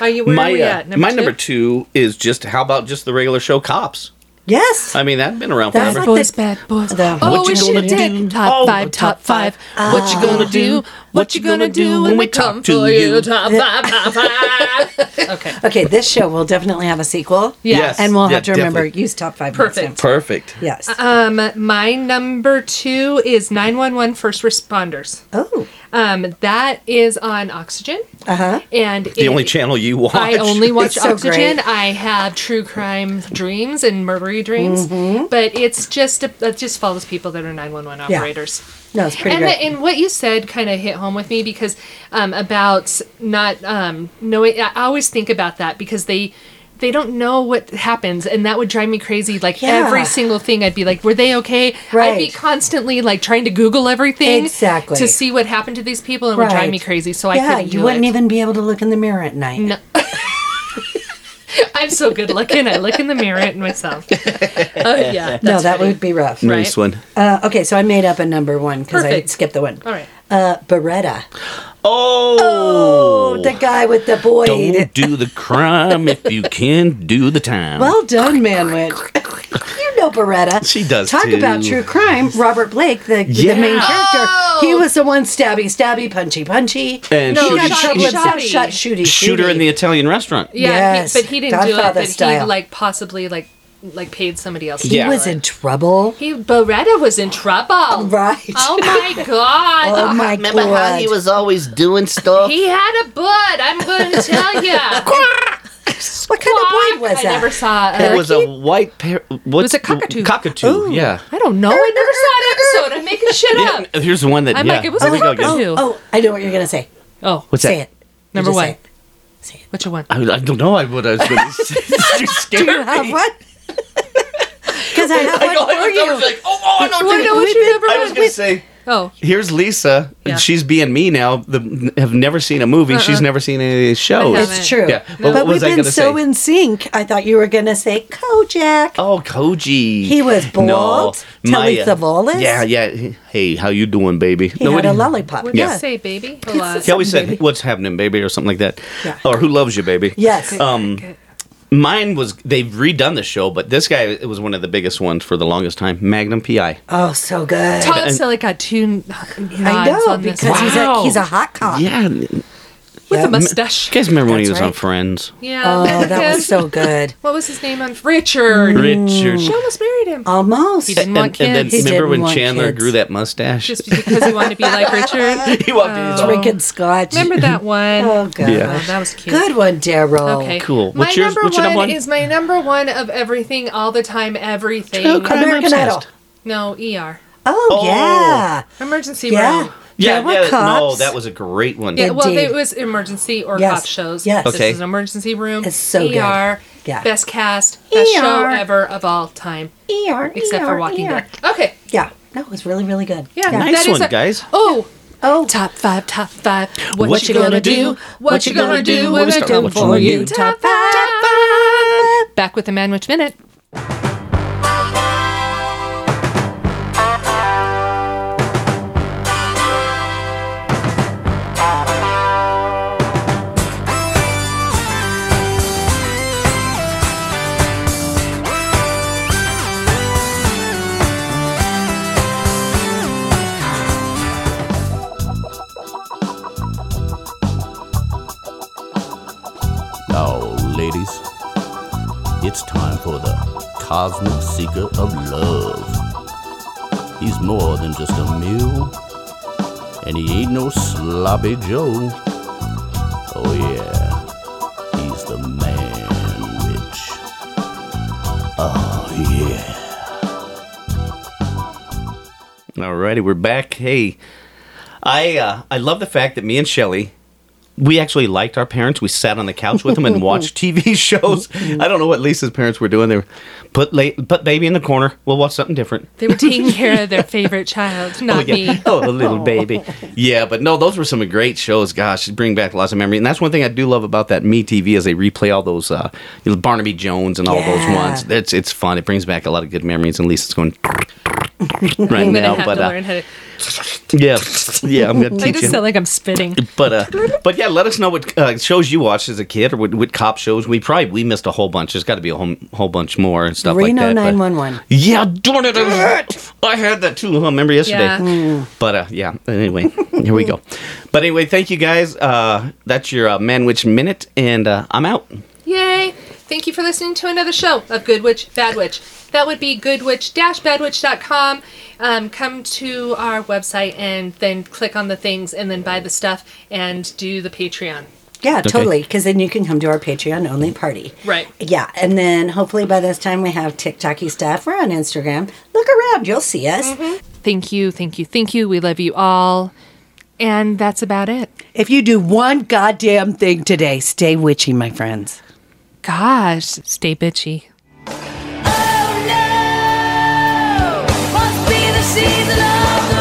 Speaker 5: Are you, where
Speaker 6: my
Speaker 5: are we
Speaker 6: uh,
Speaker 5: at?
Speaker 6: my number two is just how about just the regular show cops?
Speaker 3: Yes.
Speaker 6: I mean, that's been around
Speaker 3: That's
Speaker 6: forever.
Speaker 3: like
Speaker 5: boys,
Speaker 3: the-
Speaker 5: bad boys.
Speaker 3: the-
Speaker 5: oh,
Speaker 6: What
Speaker 5: we
Speaker 6: you
Speaker 5: should
Speaker 6: gonna
Speaker 5: have
Speaker 6: do?
Speaker 5: did top
Speaker 6: Oh, Um, Ah.
Speaker 5: five, top five. What you gonna do? What you gonna do when we come for you? Top five, top five. Okay.
Speaker 3: Okay, this show will definitely have a sequel.
Speaker 5: Yes.
Speaker 3: And we'll
Speaker 6: Yeah,
Speaker 3: have to remember
Speaker 6: definitely.
Speaker 3: use top five.
Speaker 5: Perfect.
Speaker 3: next time.
Speaker 6: Perfect.
Speaker 3: Yes.
Speaker 5: Um, my number two is 911 first responders.
Speaker 3: oh.
Speaker 5: Um, that is on Oxygen,
Speaker 3: Uh huh.
Speaker 5: and
Speaker 6: The only channel you watch.
Speaker 5: I only watch
Speaker 3: It's so
Speaker 5: Oxygen.
Speaker 3: great.
Speaker 5: I have true crime dreams and murdery dreams, but it's just a, it just follows people that are 911
Speaker 3: Yeah.
Speaker 5: operators.
Speaker 3: No, it's pretty
Speaker 5: and,
Speaker 3: great.
Speaker 5: the- and what you said kind of hit home with me because um, about not um, knowing, I always think about that because they they don't know what happens, and that would drive me crazy. Like
Speaker 3: Yeah.
Speaker 5: every single thing, I'd be like, "Were they okay?" I'd be
Speaker 3: Right.
Speaker 5: constantly like trying to Google everything
Speaker 3: Exactly.
Speaker 5: to see what happened to these people, and it would drive
Speaker 3: Right.
Speaker 5: me crazy. So I
Speaker 3: yeah,
Speaker 5: couldn't do
Speaker 3: you wouldn't
Speaker 5: it. Mm,
Speaker 3: even be able to look in the mirror at night.
Speaker 5: No. I'm so good looking. I look in the mirror
Speaker 3: [LAUGHS]
Speaker 5: at myself. Oh yeah.
Speaker 3: No,
Speaker 5: that's
Speaker 3: that
Speaker 5: funny.
Speaker 3: would be rough.
Speaker 6: Nice one.
Speaker 3: Uh, okay, so I made up a number one because I
Speaker 5: Perfect.
Speaker 3: skipped the one.
Speaker 5: All right.
Speaker 3: Uh, Beretta.
Speaker 6: Oh,
Speaker 3: Oh, the guy with the boy.
Speaker 6: don't do the crime if you can do the time.
Speaker 3: Well done,
Speaker 5: [LAUGHS]
Speaker 3: Manwich. you know Beretta.
Speaker 6: She does,
Speaker 3: Talk
Speaker 6: too.
Speaker 3: about true crime. Robert Blake, the,
Speaker 6: Yeah.
Speaker 3: the main character, he
Speaker 5: Oh.
Speaker 3: was the one stabby, stabby, punchy, punchy.
Speaker 6: and
Speaker 5: No,
Speaker 6: shoot-
Speaker 5: not
Speaker 3: got
Speaker 5: shotty,
Speaker 3: trouble himself,
Speaker 5: shotty.
Speaker 3: shot, shooty,
Speaker 6: shooter in the Italian restaurant.
Speaker 5: Yeah,
Speaker 3: Yes,
Speaker 5: he, but he didn't do it.
Speaker 3: Godfather
Speaker 5: But
Speaker 3: style.
Speaker 5: he like possibly like like paid somebody else. to
Speaker 3: He
Speaker 5: do
Speaker 6: Yeah.
Speaker 3: was
Speaker 5: it.
Speaker 3: in trouble.
Speaker 5: He Beretta was in trouble.
Speaker 3: Right.
Speaker 5: Oh
Speaker 3: [LAUGHS]
Speaker 5: my god.
Speaker 3: Oh my god.
Speaker 6: was always doing stuff?
Speaker 5: He had a bud. I'm
Speaker 3: [LAUGHS]
Speaker 5: going to tell you.
Speaker 3: what kind of boy was that?
Speaker 5: I never saw.
Speaker 6: It
Speaker 5: uh,
Speaker 6: was a white pair. What's it
Speaker 5: was a cockatoo.
Speaker 6: Cockatoo. Yeah.
Speaker 5: I don't know. I never saw an episode. I'm making shit up.
Speaker 6: Yeah, Here's the one that.
Speaker 5: I'm
Speaker 6: yeah.
Speaker 5: like, it was
Speaker 6: There
Speaker 5: a
Speaker 6: we go again.
Speaker 5: cockatoo.
Speaker 3: oh, oh, I know what you're going to say.
Speaker 5: Oh,
Speaker 6: What's
Speaker 3: Say
Speaker 6: that?
Speaker 3: it.
Speaker 5: number
Speaker 3: just
Speaker 5: one.
Speaker 3: say it.
Speaker 5: Which one?
Speaker 6: I, I don't know. I would. I was
Speaker 5: [LAUGHS]
Speaker 6: gonna say. [LAUGHS] you scared
Speaker 3: Do you have
Speaker 6: me.
Speaker 3: one? [LAUGHS] Because I have
Speaker 6: I know.
Speaker 3: one
Speaker 6: I
Speaker 3: for
Speaker 6: was, I was
Speaker 3: you.
Speaker 6: like, oh, oh, I know.
Speaker 5: Well,
Speaker 6: what you
Speaker 5: no,
Speaker 6: mean.
Speaker 5: what's your number
Speaker 6: I was
Speaker 5: one?
Speaker 6: gonna say.
Speaker 5: Oh,
Speaker 6: Here's Lisa.
Speaker 5: Yeah. Uh-uh.
Speaker 6: She's being me now. The, have never seen a movie. She's never seen any of these shows.
Speaker 5: haven't.
Speaker 3: It's true.
Speaker 6: Yeah. Well,
Speaker 3: but
Speaker 6: what
Speaker 3: we've
Speaker 6: was I
Speaker 3: been
Speaker 6: gonna
Speaker 3: so
Speaker 6: say?
Speaker 3: in sync. I thought you were going to say Kojak.
Speaker 6: Oh, Koji.
Speaker 3: He was bald,
Speaker 6: No,
Speaker 3: Telly
Speaker 6: Maya.
Speaker 3: Savalas.
Speaker 6: Yeah, yeah. Hey, how you doing, baby?
Speaker 3: He had a lollipop.
Speaker 5: what did
Speaker 6: Yeah.
Speaker 5: you say, baby? A lot.
Speaker 6: He always said, "What's happening, baby?" or something like that,
Speaker 3: Yeah.
Speaker 6: or "Who loves you, baby?"
Speaker 3: Yes.
Speaker 6: Um, mine was they've redone the show, but this guy it was one of the biggest ones for the longest time. Magnum PI.
Speaker 3: oh, so good.
Speaker 5: Tom
Speaker 6: and-
Speaker 5: Selleck got two n- nods
Speaker 3: I know
Speaker 5: on this
Speaker 3: because he's a
Speaker 6: Wow.
Speaker 3: he's a hot cop.
Speaker 5: [LAUGHS]
Speaker 6: Yeah, you
Speaker 5: with
Speaker 3: Yeah.
Speaker 5: a mustache.
Speaker 6: guys remember when he
Speaker 3: That's
Speaker 6: was
Speaker 3: right.
Speaker 6: on Friends?
Speaker 5: Yeah.
Speaker 3: Oh, that was so good. Mm.
Speaker 5: What was his name on Richard?
Speaker 6: Richard.
Speaker 5: She almost married him.
Speaker 3: Almost.
Speaker 5: He didn't
Speaker 6: And,
Speaker 5: want
Speaker 6: and then
Speaker 5: kids.
Speaker 3: He
Speaker 6: remember
Speaker 3: didn't
Speaker 6: when
Speaker 3: want
Speaker 6: Chandler
Speaker 3: kids.
Speaker 6: grew that mustache?
Speaker 5: just Oh. because he wanted to
Speaker 3: [LAUGHS]
Speaker 5: be like Richard.
Speaker 6: [LAUGHS] he walked in. He's all,
Speaker 3: drinking scotch.
Speaker 5: Remember that one?
Speaker 3: Oh god.
Speaker 6: Yeah.
Speaker 5: Oh, that was
Speaker 3: [LAUGHS]
Speaker 5: cute.
Speaker 3: Good one, Daryl.
Speaker 5: Okay.
Speaker 6: Cool.
Speaker 5: My
Speaker 6: What's yours-
Speaker 5: number
Speaker 6: what's your
Speaker 5: one,
Speaker 6: number one?
Speaker 5: is my number one of everything, all the time, everything.
Speaker 6: True crime. I'm
Speaker 3: American
Speaker 6: obsessed.
Speaker 3: Idol.
Speaker 5: No, ER.
Speaker 3: Oh, yeah.
Speaker 5: Emergency
Speaker 3: Yeah.
Speaker 5: room.
Speaker 6: yeah,
Speaker 3: There were
Speaker 6: yeah, no,
Speaker 3: cops.
Speaker 6: that was a great one.
Speaker 5: Yeah, well,
Speaker 3: Indeed.
Speaker 5: it was emergency or
Speaker 3: Yes.
Speaker 5: cop shows.
Speaker 3: Yes.
Speaker 5: This
Speaker 6: Okay.
Speaker 5: is an emergency room.
Speaker 3: It's so good.
Speaker 5: ER.
Speaker 3: Yeah.
Speaker 5: Best cast, best
Speaker 3: ER.
Speaker 5: show ever of all time,
Speaker 3: ER,
Speaker 5: except for Walking Dead. Okay.
Speaker 3: Yeah. No, it was really, really good.
Speaker 5: Yeah,
Speaker 6: Nice
Speaker 5: that is
Speaker 6: one,
Speaker 5: a-
Speaker 6: guys.
Speaker 5: Oh,
Speaker 3: Oh,
Speaker 5: top five, top five. What, you gonna, do? What you gonna do when I do for you? Top five. Back with the Man Witch Minute.
Speaker 12: Now, ladies, it's time for the Cosmic Seeker of Love. He's more than just a mule, and he ain't no sloppy Joe. Oh, yeah, he's the man witch. Oh, yeah.
Speaker 6: Alrighty, we're back. Hey, I uh, I love the fact that me and Shelly, we actually liked our parents. We sat on the couch with them and
Speaker 5: [LAUGHS]
Speaker 6: watched TV shows. I don't know what Lisa's parents were doing. They were put la- put baby in the corner. We'll watch something different.
Speaker 5: They were taking care of their favorite [LAUGHS] child, not me.
Speaker 6: [LAUGHS] Oh, the
Speaker 5: [LAUGHS]
Speaker 6: little baby. Yeah, but no, those were some great shows. Gosh, it bring back lots of memory. And that's one thing I do love about that Me TV is they replay all those uh, you know, Barnaby Jones and all those
Speaker 3: Yeah.
Speaker 5: [LAUGHS]
Speaker 6: ones. It's it's fun. It brings back a lot of good memories. And Lisa's going. right
Speaker 5: I'm gonna
Speaker 6: now,
Speaker 5: have
Speaker 6: but
Speaker 5: to
Speaker 6: uh,
Speaker 5: learn how to.
Speaker 6: yeah, yeah, I'm gonna
Speaker 5: [LAUGHS] I
Speaker 6: teach
Speaker 5: just
Speaker 6: you.
Speaker 5: sound like I'm spitting.
Speaker 6: but uh, but yeah, let us know what uh, shows you watched as a kid, or what, what cop shows. We probably we missed a whole bunch. There's got to be a whole, whole bunch more and stuff like
Speaker 3: Reno
Speaker 6: that. but-
Speaker 3: oh nine one one.
Speaker 6: Yeah, darn it! I had that too. I remember yesterday.
Speaker 3: Yeah. Mm.
Speaker 6: But uh, yeah. Anyway, here we go. But anyway, thank you guys. Uh, that's your uh, Manwich minute, and uh, I'm out.
Speaker 5: [LAUGHS] Yay! Thank you for listening to another show of Good Witch, Bad Witch. That would be goodwitch-badwitch.com. Um, come to our website and then click on the things and then buy the stuff and do the Patreon.
Speaker 3: Yeah,
Speaker 5: Okay.
Speaker 3: totally. Because then you can come to our Patreon only party.
Speaker 5: Right.
Speaker 3: Yeah, and then hopefully by this time we have TikToky stuff. We're on Instagram. Look around, you'll see us.
Speaker 5: Thank you, thank you, thank you. We love you all. And that's about it.
Speaker 3: If you do one goddamn thing today, stay witchy, my friends.
Speaker 5: Gosh, stay bitchy.
Speaker 7: Must be the season of the